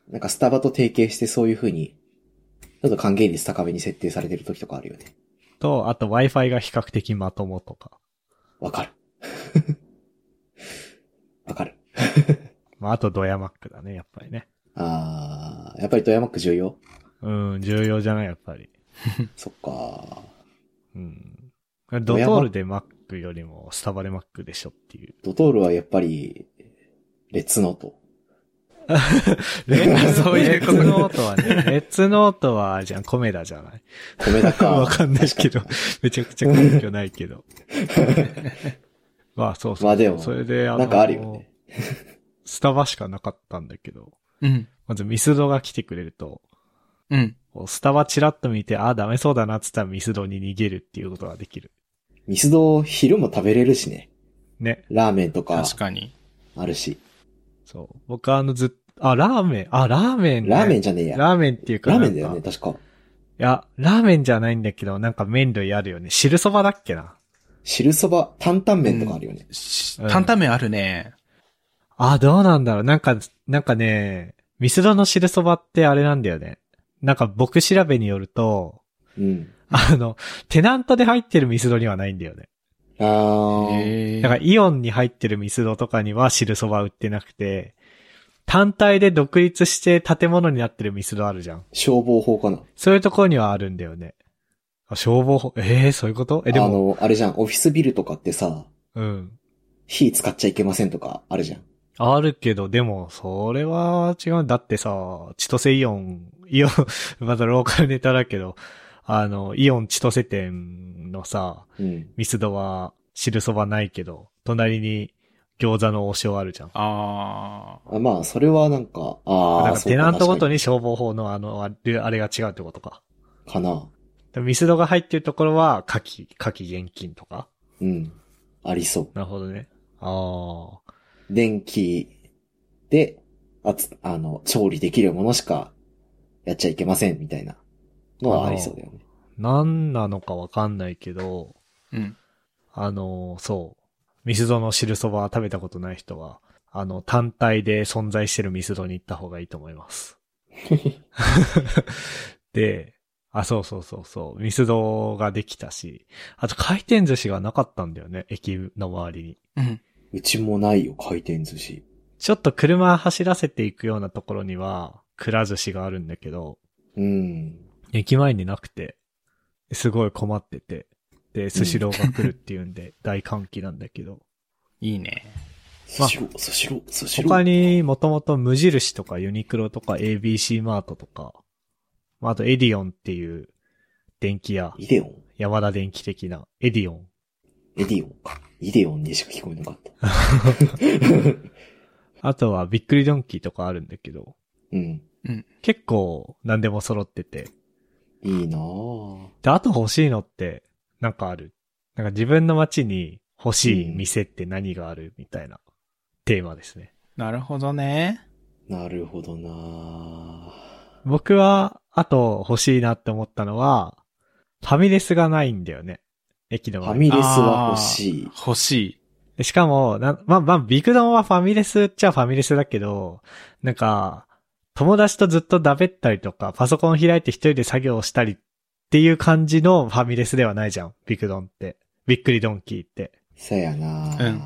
[SPEAKER 2] なんかスタバと提携してそういう風に、ちょっと還元率高めに設定されてる時とかあるよね。
[SPEAKER 1] と、あと Wi-Fi が比較的まともとか。
[SPEAKER 2] わかる。 わかる。
[SPEAKER 1] まあ、あとドヤマックだね、やっぱりね。
[SPEAKER 2] あー、やっぱりドヤマック重要
[SPEAKER 1] うん、重要じゃない、やっぱり。
[SPEAKER 2] そっか
[SPEAKER 1] うん。ドトールでマックよりもスタバでマックでしょって いう。
[SPEAKER 2] ドトールはやっぱり、レッツノート。
[SPEAKER 1] レッツ
[SPEAKER 3] そういうこと
[SPEAKER 1] ノートはね、レッツノートは、じゃあ、コメダじゃない。
[SPEAKER 2] 米だか。
[SPEAKER 1] わかんないけど、めちゃくちゃ根拠ないけ ど。まあ、そうそう。
[SPEAKER 2] まあでも
[SPEAKER 1] それで、あの
[SPEAKER 2] なんかあるよね。
[SPEAKER 1] スタバしかなかったんだけど、
[SPEAKER 3] うん。
[SPEAKER 1] まずミスドが来てくれると、
[SPEAKER 3] うん。
[SPEAKER 1] こうスタバチラッと見て、ああ、ダメそうだなって言ったらミスドに逃げるっていうことができる。
[SPEAKER 2] ミスド、昼も食べれるしね。
[SPEAKER 1] ね。
[SPEAKER 2] ラーメンとか、
[SPEAKER 3] 確かに。
[SPEAKER 2] あるし。
[SPEAKER 1] そう。僕はあのずっあ、ラーメン、あ、ラーメン、ね、
[SPEAKER 2] ラーメンじゃねえや。ラ
[SPEAKER 1] ラーメンっていうか
[SPEAKER 2] ー
[SPEAKER 1] なんか
[SPEAKER 2] メンだよね、確か。
[SPEAKER 1] いや、ラーメンじゃないんだけど、なんか麺類あるよね。汁そばだっけな。
[SPEAKER 2] 汁そば、担々麺とかあるよね。
[SPEAKER 3] し
[SPEAKER 1] うん
[SPEAKER 3] 担々麺あるね。
[SPEAKER 1] あ、どうなんだろう。なんか、なんかね、ミスドの汁そばってあれなんだよね。なんか僕調べによると、
[SPEAKER 2] うん。
[SPEAKER 1] あの、テナントで入ってるミスドにはないんだよね。
[SPEAKER 2] あー。
[SPEAKER 3] へー
[SPEAKER 1] だからイオンに入ってるミスドとかには汁そば売ってなくて、単体で独立して建物になってるミスドあるじゃん。
[SPEAKER 2] 消防法かな。
[SPEAKER 1] そういうところにはあるんだよね。あ消防法、ええー、そういうことえ、で
[SPEAKER 2] あ
[SPEAKER 1] も、
[SPEAKER 2] の、あれじゃん、オフィスビルとかってさ、
[SPEAKER 1] うん。
[SPEAKER 2] 火使っちゃいけませんとか、あるじゃん。
[SPEAKER 1] あるけど、でも、それは違う。だってさ、千歳イオン、イオン、 またローカルネタだけど、あの、イオン千歳店のさ、
[SPEAKER 2] うん。
[SPEAKER 1] ミスドは汁そばないけど、隣に餃子の王将あるじゃん。
[SPEAKER 3] あ
[SPEAKER 2] あまあ、それはなんか、あー
[SPEAKER 1] だから
[SPEAKER 2] そう
[SPEAKER 1] テナントごと
[SPEAKER 2] に。
[SPEAKER 1] に消防法のあの、あれあれが違うってことか。
[SPEAKER 2] 確かにかな。
[SPEAKER 1] でミスドが入ってるところは、夏季、夏季現金とか。
[SPEAKER 2] うん。ありそ
[SPEAKER 1] なるほどね。ああ。
[SPEAKER 2] う。電気で、あつ、あの、調理できるものしかやっちゃいけません、みたいなのはありそうだよね。
[SPEAKER 1] なんなのかわかんないけど、
[SPEAKER 3] ー。うん。
[SPEAKER 1] あの、そう。ミスドの汁そばは食べたことない人は、あの、単体で存在してるミスドに行った方がいいと思います。で、あ、そうそうそうそう。ミスドができたし、あと回転寿司がなかったんだよね、駅の周りに。
[SPEAKER 3] うん。
[SPEAKER 2] うちもないよ、回転寿司。
[SPEAKER 1] ちょっと車走らせていくようなところには、くら寿司があるんだけど、
[SPEAKER 2] うん。
[SPEAKER 1] 駅前になくて、すごい困ってて、で、スシローが来るっていうんで、大歓喜なんだけど、
[SPEAKER 3] いいね。
[SPEAKER 1] ま
[SPEAKER 2] ス
[SPEAKER 1] あ
[SPEAKER 2] シロー、スシロー、スシロー。
[SPEAKER 1] 他にもともと無印とかユニクロとか ABC マートとか、まあ、あとエディオンっていう電気屋、
[SPEAKER 2] イデオン
[SPEAKER 1] 山田電機的なエディオン。
[SPEAKER 2] エディオンか。イデオンにしか聞こえなかった。
[SPEAKER 1] あとはびっくりドンキーとかあるんだけど、
[SPEAKER 2] うん。
[SPEAKER 1] 結構何でも揃ってて。
[SPEAKER 2] いいなぁ。
[SPEAKER 1] で、あと欲しいのってなんかある。なんか自分の街に欲しい店って何があるみたいなテーマですね。
[SPEAKER 3] なるほどね。
[SPEAKER 2] なるほどなぁ。
[SPEAKER 1] 僕は、あと欲しいなって思ったのは、ファミレスがないんだよね。駅の
[SPEAKER 2] フ
[SPEAKER 1] 周りに
[SPEAKER 2] ァミレスは欲しい。
[SPEAKER 3] 欲し い。
[SPEAKER 1] でしかも、な、まあ、まあ、ビクドンはファミレスっちゃファミレスだけど、なんか、友達とずっとだべったりとか、パソコン開いて一人で作業したりっていう感じのファミレスではないじゃん。ビクドンって。びっくりドンキーって。
[SPEAKER 2] そやなぁ。
[SPEAKER 3] うん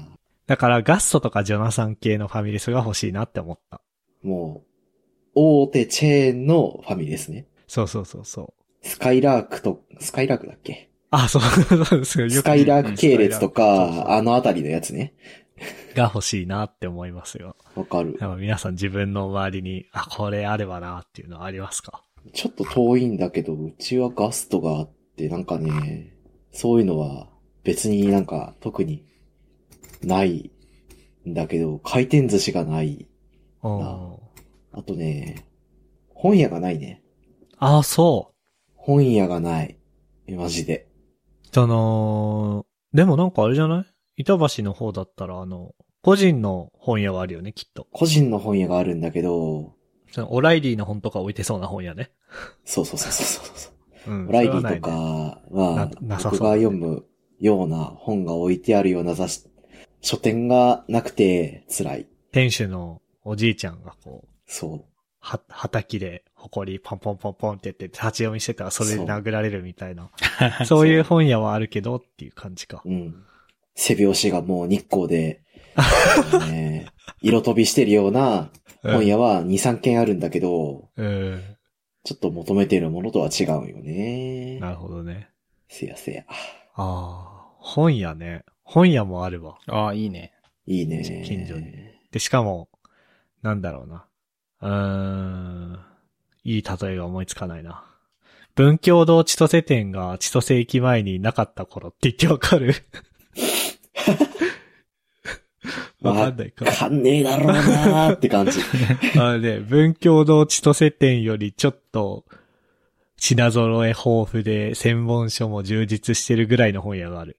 [SPEAKER 1] だから、ガストとかジョナサン系のファミレスが欲しいなって思った。
[SPEAKER 2] もう、大手チェーンのファミレスね。
[SPEAKER 1] そうそうそうそう。
[SPEAKER 2] スカイラークと、スカイラークだっけ
[SPEAKER 1] あ、そう、そうですよ。よく
[SPEAKER 2] スカイラーク系列と
[SPEAKER 1] うんスカイラークそうそう
[SPEAKER 2] か、あのあたりのやつね。
[SPEAKER 1] が欲しいなって思いますよ。
[SPEAKER 2] わかる
[SPEAKER 1] や。っぱ皆さん自分の周りに、あ、これあればなっていうのはありますか
[SPEAKER 2] ちょっと遠いんだけど、うちはガストがあって、なんかね、そういうのは別になんか特にないんだけど、回転寿司がない。
[SPEAKER 1] うん。
[SPEAKER 2] あとね、本屋がないね。
[SPEAKER 1] あ、そう。
[SPEAKER 2] 本屋がない。マジで。
[SPEAKER 1] その、でもなんかあれじゃない板橋の方だったら、あの、個人の本屋はあるよね、きっと。
[SPEAKER 2] 個人の本屋があるんだけど、
[SPEAKER 1] その、オライリーの本とか置いてそうな本屋ね。
[SPEAKER 2] そうそうそうそうそうそう。
[SPEAKER 1] うん。
[SPEAKER 2] ライリーと
[SPEAKER 1] それはないね。
[SPEAKER 2] かは、
[SPEAKER 1] ななさそう
[SPEAKER 2] 僕が読むような本が置いてあるような雑誌、書店がなくて辛い。
[SPEAKER 1] 店主のおじいちゃんがこう、
[SPEAKER 2] そ
[SPEAKER 1] は、はたきで、埃ポンポンポンポンってやって、立ち読みしてたらそれで殴られるみたいな。そういう本屋はあるけどっていう感じか。
[SPEAKER 2] うん。背拍子がもう日光で、 あのね、色飛びしてるような本屋は2、3軒あるんだけど、
[SPEAKER 1] うん。
[SPEAKER 2] ちょっと求めているものとは違うよね。
[SPEAKER 1] なるほどね。
[SPEAKER 2] せやせや。
[SPEAKER 1] ああ、本屋ね。本屋もあるわ。
[SPEAKER 3] ああ、いいね。
[SPEAKER 2] いいね。
[SPEAKER 1] 近所に。で、しかも、なんだろうな。うーん。いい例えが思いつかないな。文教堂千歳店が千歳駅前になかった頃って言ってわかるわかんないか。
[SPEAKER 2] かんねえだろうなーって感 じ。
[SPEAKER 1] あのね、文教堂千歳店よりちょっと品揃え豊富で専門書も充実してるぐらいの本屋がある。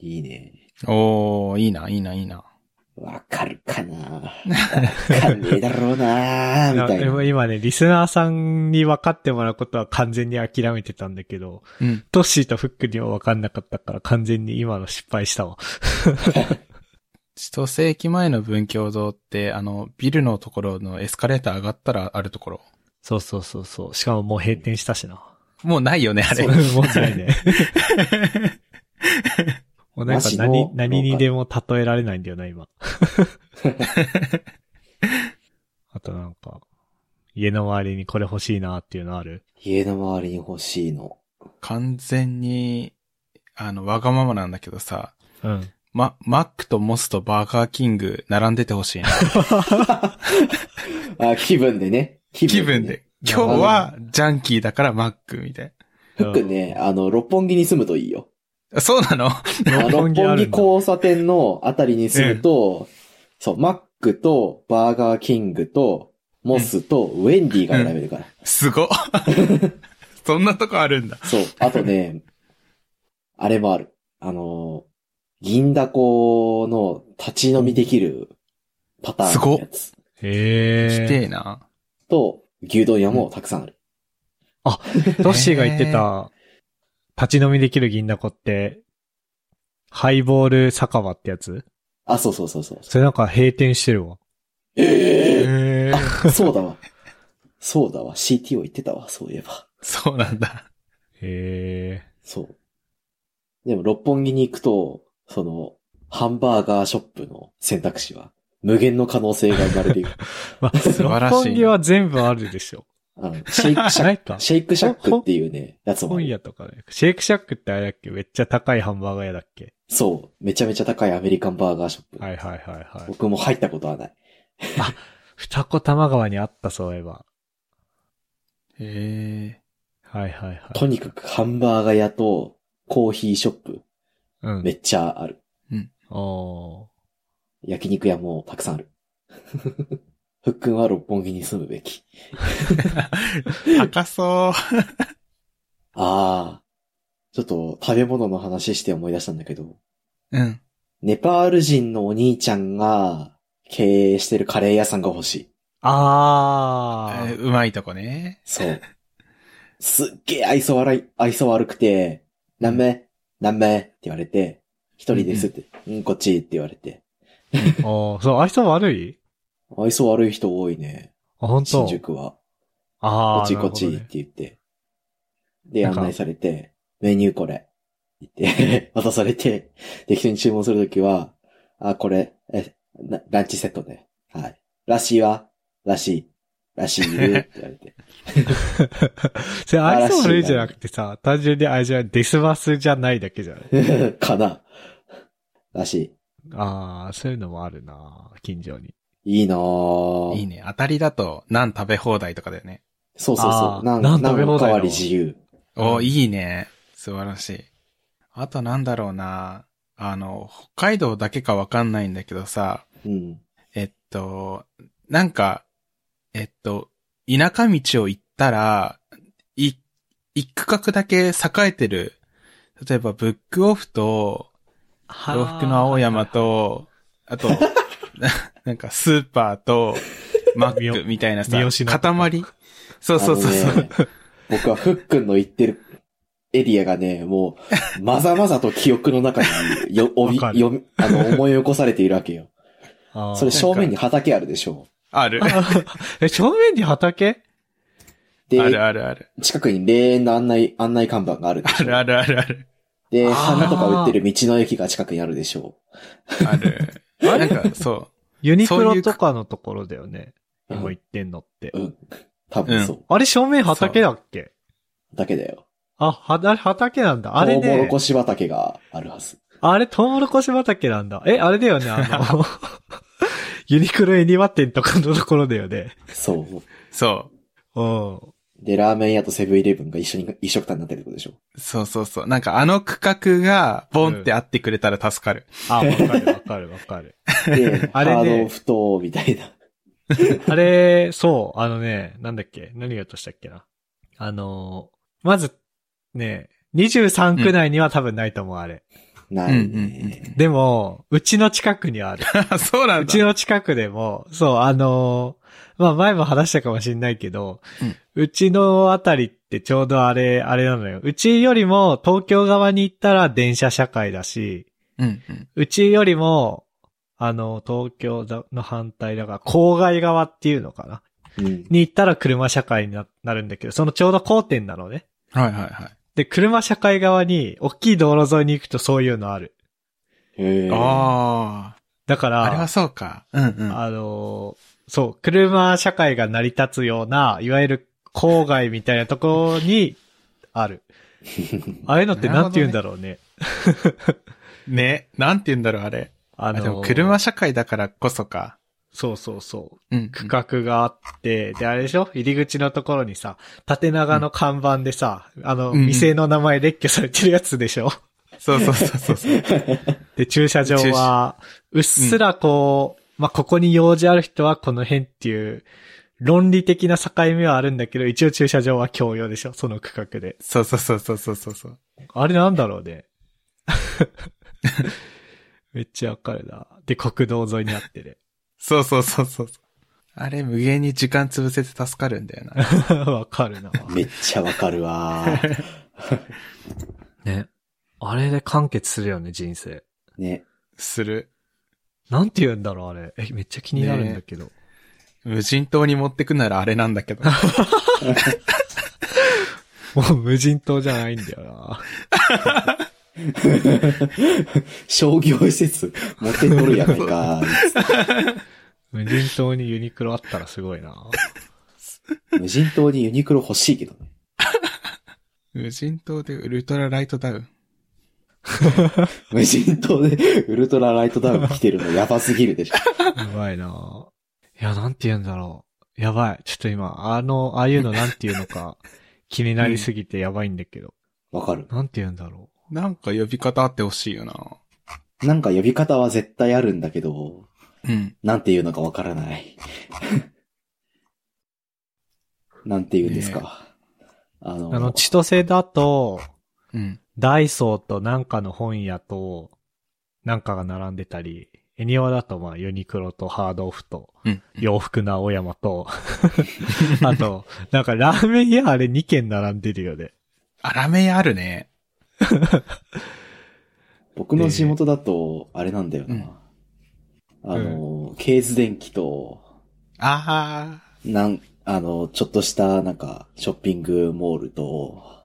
[SPEAKER 2] いいね。
[SPEAKER 3] おー、いいな、いいな、いいな。
[SPEAKER 2] わかるか なわかんねえだろうなーみたい
[SPEAKER 1] でも
[SPEAKER 2] な。
[SPEAKER 1] 今ね、リスナーさんに分かってもらうことは完全に諦めてたんだけど、
[SPEAKER 3] うん。
[SPEAKER 1] トッシーとフックには分かんなかったから完全に今の失敗したわ。
[SPEAKER 3] 千歳駅前の文教堂って、あの、ビルのところのエスカレーター上がったらあるところ。
[SPEAKER 1] そうそうそうそう。しかももう閉店したしな。
[SPEAKER 3] もうないよね、あれ。
[SPEAKER 1] もうないね。もうなんか
[SPEAKER 2] マジ
[SPEAKER 1] 何
[SPEAKER 2] の、
[SPEAKER 1] 何にでも例えられないんだよな、今。あとなんか、家の周りにこれ欲しいなっていうのある
[SPEAKER 2] 家の周りに欲しいの。
[SPEAKER 3] 完全に、あの、わがままなんだけどさ、
[SPEAKER 1] うん。
[SPEAKER 3] ま、マックとモスとバーガーキング並んでてほしいな。
[SPEAKER 2] あ、気分でね。気
[SPEAKER 3] 気
[SPEAKER 2] 分
[SPEAKER 3] 分
[SPEAKER 2] でね。
[SPEAKER 3] で。今日はジャンキーだからマックみたい
[SPEAKER 2] ふっくんね、あの、六本木に住むといいよ。
[SPEAKER 3] な。そうなの
[SPEAKER 2] あ
[SPEAKER 1] 六本
[SPEAKER 2] 六本
[SPEAKER 1] 木あるん
[SPEAKER 2] 木
[SPEAKER 1] だ
[SPEAKER 2] 交差点のあたりに住むと、そう、マックとバーガーキングと、モスとウェンディが選べるから。
[SPEAKER 3] すごっ。そんなとこあるんだ。
[SPEAKER 2] そう、あとね、あれもある。あの、銀だこの立ち飲みできるパターンのやつ
[SPEAKER 1] へ
[SPEAKER 3] き
[SPEAKER 1] え。
[SPEAKER 3] てえな。
[SPEAKER 2] と、牛丼屋もたくさんある。
[SPEAKER 1] トッシーが言ってた、立ち飲みできる銀だこって、ハイボール酒場ってやつ
[SPEAKER 2] あ、そうそうそうそう。
[SPEAKER 1] それなんか閉店してるわ。
[SPEAKER 2] え
[SPEAKER 1] へえ。
[SPEAKER 2] ーそうだわ。そうだわ。CTO 言ってたわ、そういえば。
[SPEAKER 3] そうなんだ。
[SPEAKER 1] へ
[SPEAKER 2] そう。でも、六本木に行くと、その、ハンバーガーショップの選択肢は、無限の可能性が生まれて いく。
[SPEAKER 1] え。まあ、
[SPEAKER 3] 素晴
[SPEAKER 1] 六
[SPEAKER 3] らしい
[SPEAKER 1] 本木は全部あるでしょ。
[SPEAKER 2] あの、シェイクシャ
[SPEAKER 1] な
[SPEAKER 2] ッ
[SPEAKER 1] いか
[SPEAKER 2] ク、。シェイクシャックっていうね、やつもあ
[SPEAKER 1] 本
[SPEAKER 2] る。
[SPEAKER 1] 屋とかね。シェイクシャックってあれだっけめっちゃ高いハンバーガー屋だっけ
[SPEAKER 2] そう。めちゃめちゃ高いアメリカンバーガーショップ。
[SPEAKER 1] はいはいはいはい。
[SPEAKER 2] 僕も入ったことはない。
[SPEAKER 1] 二子玉川にあったそういえば。
[SPEAKER 3] へえ。
[SPEAKER 1] はいはいはい。
[SPEAKER 2] とにかくハンバーガー屋とコーヒーショップ、
[SPEAKER 1] うん
[SPEAKER 2] め。っちゃある。
[SPEAKER 1] おー
[SPEAKER 2] 焼肉屋もたくさんある。 ふっくんは六本木に住むべき。
[SPEAKER 3] 高そう。
[SPEAKER 2] ああ。ちょっと食べ物の話して思い出したんだけど、
[SPEAKER 3] うん。
[SPEAKER 2] ネパール人のお兄ちゃんが経営してるカレー屋さんが欲しい。
[SPEAKER 1] あ
[SPEAKER 3] えー
[SPEAKER 1] ー。
[SPEAKER 3] うまいとこね。
[SPEAKER 2] そう。 すっげえ愛想悪い、愛想悪くて、何名何名って言われて、一人ですって、うん、こっちって言われて。
[SPEAKER 1] おーそう、あいつ悪い
[SPEAKER 2] 愛想悪い人多いね。
[SPEAKER 1] あ、本
[SPEAKER 2] 新
[SPEAKER 1] 当。
[SPEAKER 2] 宿は。
[SPEAKER 1] あ
[SPEAKER 2] こ
[SPEAKER 1] ー。
[SPEAKER 2] っちこっち
[SPEAKER 1] な
[SPEAKER 2] っ
[SPEAKER 1] るほど
[SPEAKER 2] て
[SPEAKER 1] ね
[SPEAKER 2] 言って。で、
[SPEAKER 1] なん
[SPEAKER 2] 案
[SPEAKER 1] か
[SPEAKER 2] 内されて、メニューこれ。言って、 渡されて、適当に注文するときは、あ、これ、え、なランチセットで。はい。らしいわ。らしい。らしいいるって言われて。
[SPEAKER 1] それ愛想悪いじゃなくてさ、単純にあれじゃないデスバスじゃないだけじゃない
[SPEAKER 2] かな。らし
[SPEAKER 1] あー、そういうのもあるな近所に。
[SPEAKER 2] い。いいなぁ。
[SPEAKER 3] いいね。当たりだと、ナン食べ放題とかだよね。
[SPEAKER 2] そうそう
[SPEAKER 1] あ
[SPEAKER 2] そ
[SPEAKER 1] ー
[SPEAKER 2] う。なん
[SPEAKER 1] な
[SPEAKER 2] なんん
[SPEAKER 1] 食べ放題だわ
[SPEAKER 2] おかわり自由。
[SPEAKER 3] お
[SPEAKER 1] う
[SPEAKER 3] ー
[SPEAKER 1] ん
[SPEAKER 3] いいね。素晴らしい。あとなんだろうな。あの、北海道だけかわかんないんだけどさ、
[SPEAKER 2] うん。
[SPEAKER 3] えっと、なんか、えっと、田舎道を行ったら、い、一区画だけ栄えてる。例えば、ブックオフと、洋服の青山と、あ と、ななんかスーパーと、マ
[SPEAKER 1] み
[SPEAKER 3] ッ
[SPEAKER 1] よ
[SPEAKER 3] クみたいなさ、
[SPEAKER 1] みよしの
[SPEAKER 3] 塊そうそうそうそ
[SPEAKER 2] あ
[SPEAKER 3] う、
[SPEAKER 2] のね僕はふっくんの言ってるエリアがね、もう、まざまざと記憶の中によ、おび、
[SPEAKER 1] わかる
[SPEAKER 2] よ、あの、思い起こされているわけよ。
[SPEAKER 1] あー
[SPEAKER 2] それ正面に畑あるでしょ
[SPEAKER 3] ある。
[SPEAKER 1] え、正面に畑
[SPEAKER 2] で、
[SPEAKER 3] あるあるある。
[SPEAKER 2] 近くに霊園の案内、案内看板があるでし
[SPEAKER 3] あ
[SPEAKER 2] ょ。
[SPEAKER 3] るあるあるある。
[SPEAKER 2] で、
[SPEAKER 1] あー
[SPEAKER 2] 花とか売ってる道の駅が近くにあるでしょ
[SPEAKER 3] ある。なんか、そ
[SPEAKER 1] ユニク
[SPEAKER 3] そうい
[SPEAKER 1] ロ
[SPEAKER 3] うか
[SPEAKER 1] とかのところだよね。
[SPEAKER 2] う。
[SPEAKER 1] 今
[SPEAKER 2] う
[SPEAKER 1] 言
[SPEAKER 2] ん
[SPEAKER 1] ってんのって。
[SPEAKER 2] うん。多分そう。
[SPEAKER 1] あれ正面畑だっけ
[SPEAKER 2] だけだよ。
[SPEAKER 1] あ、は、あれ畑なんだ。あれ
[SPEAKER 2] トウモロ
[SPEAKER 1] ね
[SPEAKER 2] コ。シ畑があるはず。
[SPEAKER 1] あれトウモロコシ畑なんだ。え、あれだよね、あ の、ユニクロエニマ店とかのところだよね。
[SPEAKER 2] そう。
[SPEAKER 3] う。そ
[SPEAKER 1] うん。
[SPEAKER 2] で、ラーメン屋とセブンイレブンが一緒に一緒くたになってるってことでしょ。
[SPEAKER 3] う。そうそうそう。なんか、あの区画が、ボンってあってくれたら助かる。
[SPEAKER 1] あ、わかるわかるわかる。、
[SPEAKER 2] で
[SPEAKER 1] あれね
[SPEAKER 2] ハード不当みたいな。
[SPEAKER 1] あれ、そう、あのね、なんだっけ何言おうとしたっけな。あのー、まず、ね、23区内には多分ないと思う、あれ。
[SPEAKER 2] な
[SPEAKER 3] うん
[SPEAKER 2] い
[SPEAKER 3] うん
[SPEAKER 2] ね。
[SPEAKER 1] でも、うちの近くにある。
[SPEAKER 3] うん。 そうなん
[SPEAKER 1] う
[SPEAKER 3] だ
[SPEAKER 1] ち。の近くでも、そう、あのーまあ前も話したかもしんないけど、うちのあたりってちょうどあれ、あれなのよ。うちよりも東京側に行ったら電車社会だし、
[SPEAKER 3] うんうん。
[SPEAKER 1] うちよりも、あの、東京だの反対だから、郊外側っていうのかな
[SPEAKER 2] うん。
[SPEAKER 1] に行ったら車社会にななるんだけど、そのちょうど交点なのね。
[SPEAKER 3] はいはいはい。
[SPEAKER 1] で、車社会側に、大きい道路沿いに行くとそういうのある。
[SPEAKER 2] へー
[SPEAKER 3] あ
[SPEAKER 1] だか
[SPEAKER 3] あ。
[SPEAKER 1] ら、
[SPEAKER 3] あれはそうか。うんうん。
[SPEAKER 1] あのーそう、車社会が成り立つような、いわゆる郊外みたいなところにある。ああいうのってなんて言うんだろうね。
[SPEAKER 3] ね。なんて言うんだろう、あれ。
[SPEAKER 1] あ
[SPEAKER 3] あ
[SPEAKER 1] のー
[SPEAKER 3] でも、車社会だからこそか。
[SPEAKER 1] そうそうそう。
[SPEAKER 3] うんうん。
[SPEAKER 1] 区画があって、で、あれでしょ入り口のところにさ、縦長の看板でさ、あの、
[SPEAKER 3] うんうん
[SPEAKER 1] 店の名前列挙されてるやつでしょ
[SPEAKER 3] そうそうそうそうそう。
[SPEAKER 1] で、駐車場
[SPEAKER 3] 駐
[SPEAKER 1] は、うっすらこう、まあ、ここに用事ある人はこの辺っていう、論理的な境目はあるんだけど、一応駐車場は共用でしょその区画で。
[SPEAKER 3] そうそうそうそうそうそうそう。
[SPEAKER 1] あれなんだろうね。 めっちゃわかるな。で、国道沿いにあってね。
[SPEAKER 3] そうそうそうそうそう。あれ、無限に時間潰せて助かるんだよな。
[SPEAKER 1] わかるな。
[SPEAKER 2] めっちゃわかるわー。
[SPEAKER 1] ね。あれで完結するよね、人生。
[SPEAKER 2] ね。
[SPEAKER 3] する。
[SPEAKER 1] なんて言うんだろう、あれ。え、めっちゃ気になるんだけど。
[SPEAKER 3] 無人島に持ってくならあれなんだけど。
[SPEAKER 1] もう無人島じゃないんだよな。
[SPEAKER 2] 商業施設持ってとるやないかー。
[SPEAKER 1] 無人島にユニクロあったらすごいな。
[SPEAKER 2] 無人島にユニクロ欲しいけどね。
[SPEAKER 3] 無人島でウルトラライトダウン。
[SPEAKER 2] 無人島でウルトラライトダウン来てるのやばすぎるでしょ。
[SPEAKER 1] やばいな。いや、なんて言うんだろう。やばい。ちょっと今、あの、ああいうのなんて言うのか、気になりすぎてやばいんだけど。
[SPEAKER 2] わかる。
[SPEAKER 1] なんて言うんだろ
[SPEAKER 3] なんか呼び方あってほしいよな。
[SPEAKER 2] なんか呼び方は絶対あるんだけど、
[SPEAKER 3] うん。
[SPEAKER 2] なんて言うのかわからない。なんて言うんですか。あ
[SPEAKER 1] う。
[SPEAKER 2] の、
[SPEAKER 1] あの、千歳だと、
[SPEAKER 3] うん。
[SPEAKER 1] ダイソーとなんかの本屋と、なんかが並んでたり、エニオだとまあユニクロとハードオフと、
[SPEAKER 3] うん。
[SPEAKER 1] 洋服な青山 と、あと、なんかラーメン屋あれ2軒並んでるよね。
[SPEAKER 3] あらめあるね。
[SPEAKER 2] 僕の地元だと、あれなんだよな。
[SPEAKER 3] うん
[SPEAKER 2] あの、ケーズ電機と、
[SPEAKER 3] ああ。
[SPEAKER 2] なん、あの、ちょっとした、なんか、ショッピングモールと、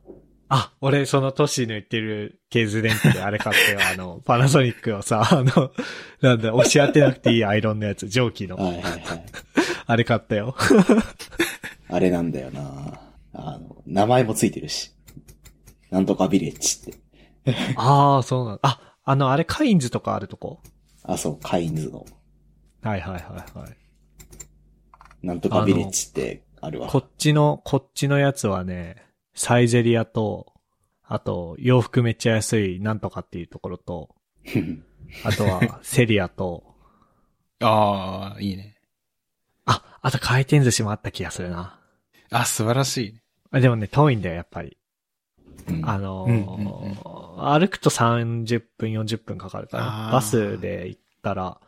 [SPEAKER 1] あ、俺その都市の言ってるケーズ電機であれ買ったよ。あ の、パナソニックをさ、あの、なんだ、押し当てなくていいアイロンのやつ、蒸気
[SPEAKER 2] は
[SPEAKER 1] の。
[SPEAKER 2] いはい はい。
[SPEAKER 1] あれ買ったよ。
[SPEAKER 2] あれなんだよな。あの、名前もついてるし。なんとかビレッジっ て。
[SPEAKER 1] あ あ、そうなんあ、あの、あれカインズとかあるとこ
[SPEAKER 2] あ、そう、カインズの、
[SPEAKER 1] はいはいはいはい。
[SPEAKER 2] なんとかビレッジってあるわ。
[SPEAKER 1] こっちの、こっちのやつはね、サイゼリアと、あと、洋服めっちゃ安い、なんとかっていうところと、あと は、セリアと、
[SPEAKER 3] ああ、いいね。
[SPEAKER 1] あ、あと回転寿司もあった気がするな。
[SPEAKER 3] あ、素晴らしいね。
[SPEAKER 1] あでもね、遠いんだよ、やっぱり。
[SPEAKER 2] うん
[SPEAKER 1] あのー
[SPEAKER 3] うんうんうん
[SPEAKER 1] 歩くと30分、40分かかるか
[SPEAKER 3] あ
[SPEAKER 1] な。
[SPEAKER 3] ー
[SPEAKER 1] バスで行ったら、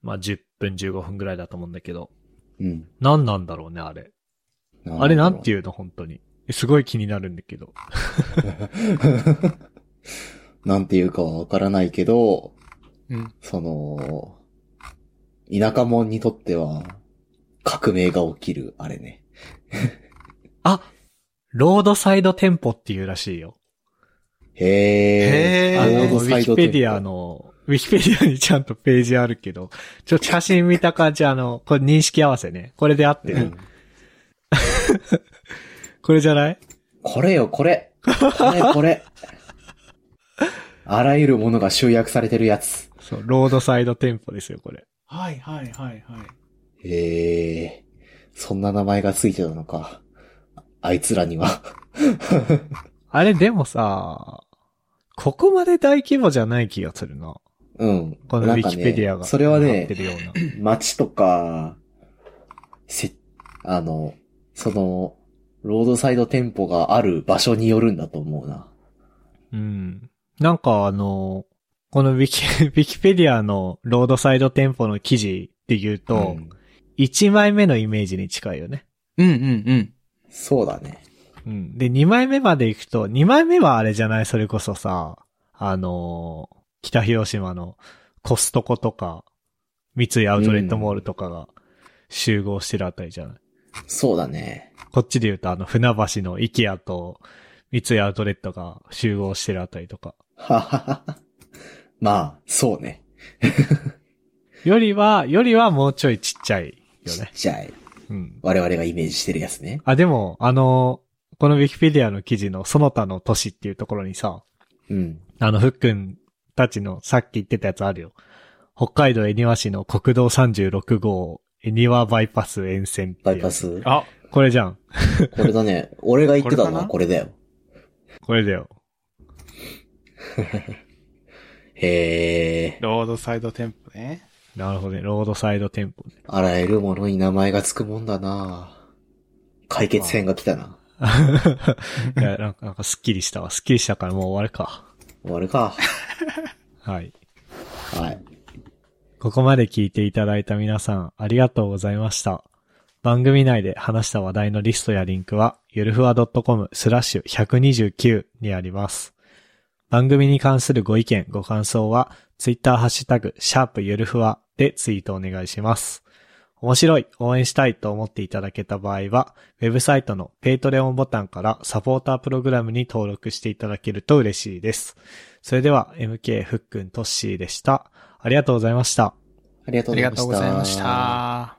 [SPEAKER 1] まあ、10分、15分ぐらいだと思うんだけど、
[SPEAKER 2] うん。
[SPEAKER 1] 何なんだろうね、あれ。あれなんて
[SPEAKER 2] いう
[SPEAKER 1] いうの、本当に。えすごい気になるんだけど。
[SPEAKER 2] なんていうかはわからないけど、
[SPEAKER 3] うん。
[SPEAKER 2] その、田舎者にとっては、革命が起きる、あれね。
[SPEAKER 1] あロードサイド店舗っていうらしいよ。
[SPEAKER 2] へ
[SPEAKER 3] へ
[SPEAKER 2] え。
[SPEAKER 3] ー
[SPEAKER 1] あの、ウ
[SPEAKER 2] ロードサ
[SPEAKER 1] ィ
[SPEAKER 2] イ
[SPEAKER 1] キ
[SPEAKER 2] ド
[SPEAKER 1] ペ
[SPEAKER 2] 店舗
[SPEAKER 1] ディア。の、ウィキペディアにちゃんとページあるけど、ちょ、写真見た感じ、あの、これ認識合わせね。これで合って
[SPEAKER 2] う
[SPEAKER 1] る。
[SPEAKER 2] ん
[SPEAKER 1] これじゃない
[SPEAKER 2] これよ、これ。これ、これ。あらゆるものが集約されてるやつ。
[SPEAKER 1] そう、ロードサイド店舗ですよ、これ。
[SPEAKER 3] はいはいはいはい。
[SPEAKER 2] へえ。そんな名前がついてたのか。ああいつらには。
[SPEAKER 1] あれ、でもさ、ここまで大規模じゃない気がするな。
[SPEAKER 2] うん。
[SPEAKER 1] このウ
[SPEAKER 2] なん
[SPEAKER 1] ィ
[SPEAKER 2] か
[SPEAKER 1] キペディアが。
[SPEAKER 2] ね、それは
[SPEAKER 1] なって
[SPEAKER 2] ね、
[SPEAKER 1] るような。
[SPEAKER 2] 街とか、せ、あの、その、ロードサイド店舗がある場所によるんだと思うな。
[SPEAKER 1] うん。なんかあの、このウィキ、 ウィキペディアのロードサイド店舗の記事で言うと、
[SPEAKER 2] ん
[SPEAKER 1] 1枚目のイメージに近いよね。
[SPEAKER 3] うんうんうん。
[SPEAKER 2] そうだね。
[SPEAKER 1] うん。で、2枚目まで行くと、2枚目はあれじゃないそれこそさ、あのー北広島のコストコとか、三井アウトレットモールとかが集合してるあたりじゃない、
[SPEAKER 2] そうだね。
[SPEAKER 1] こっちで言うとあの船橋のイケアと三井アウトレットが集合してるあたりとか。
[SPEAKER 2] はははは。まあ、そうね。
[SPEAKER 1] よりは、よりはもうちょいちっちゃいよ
[SPEAKER 2] ちっ
[SPEAKER 1] ね。
[SPEAKER 2] ちゃい。
[SPEAKER 1] うん。
[SPEAKER 2] 我々がイメージしてるやつね。
[SPEAKER 1] あ、でも、あの、このウィキペディアの記事のその他の都市っていうところにさ、
[SPEAKER 2] うん。
[SPEAKER 1] あの、ふっくんたちのさっき言ってたやつあるよ。北海道恵庭市の国道36号、恵庭バイパス沿線って
[SPEAKER 2] バ
[SPEAKER 1] いう
[SPEAKER 2] イパ。ス。
[SPEAKER 3] あ、
[SPEAKER 1] これじゃん。
[SPEAKER 2] これだ ね。俺が言ってたのはこ
[SPEAKER 3] こ
[SPEAKER 2] れだよ。
[SPEAKER 1] これだよ。
[SPEAKER 2] へえ。
[SPEAKER 3] ロードサイド店舗ね。
[SPEAKER 1] なるほどね。 ロードサイド店舗。
[SPEAKER 2] あらゆるものに名前がつくもんだな解決編が来たな。
[SPEAKER 1] いやなんか、なんかすっきりしたわ。すっきりしたからもう終わるか。
[SPEAKER 2] 終わ るか。
[SPEAKER 1] はい。
[SPEAKER 2] はい。
[SPEAKER 1] ここまで聞いていただいた皆さん、ありがとうございました。番組内で話した話題のリストやリンクは、ゆるふわ .com スラッシュ129にあります。番組に関するご意見、ご感想は、ツイッターハッシュタグ、シャープゆるふわでツイートお願いします。面白い、応援したいと思っていただけた場合は、ウェブサイトのペイトレオンボタンからサポータープログラムに登録していただけると嬉しいです。それでは、MK ふっくんとっしーでした。ありがとうございました。
[SPEAKER 2] ありが
[SPEAKER 3] あ
[SPEAKER 2] とう
[SPEAKER 3] り
[SPEAKER 2] ご
[SPEAKER 3] がと
[SPEAKER 2] ざいました。
[SPEAKER 3] うございました。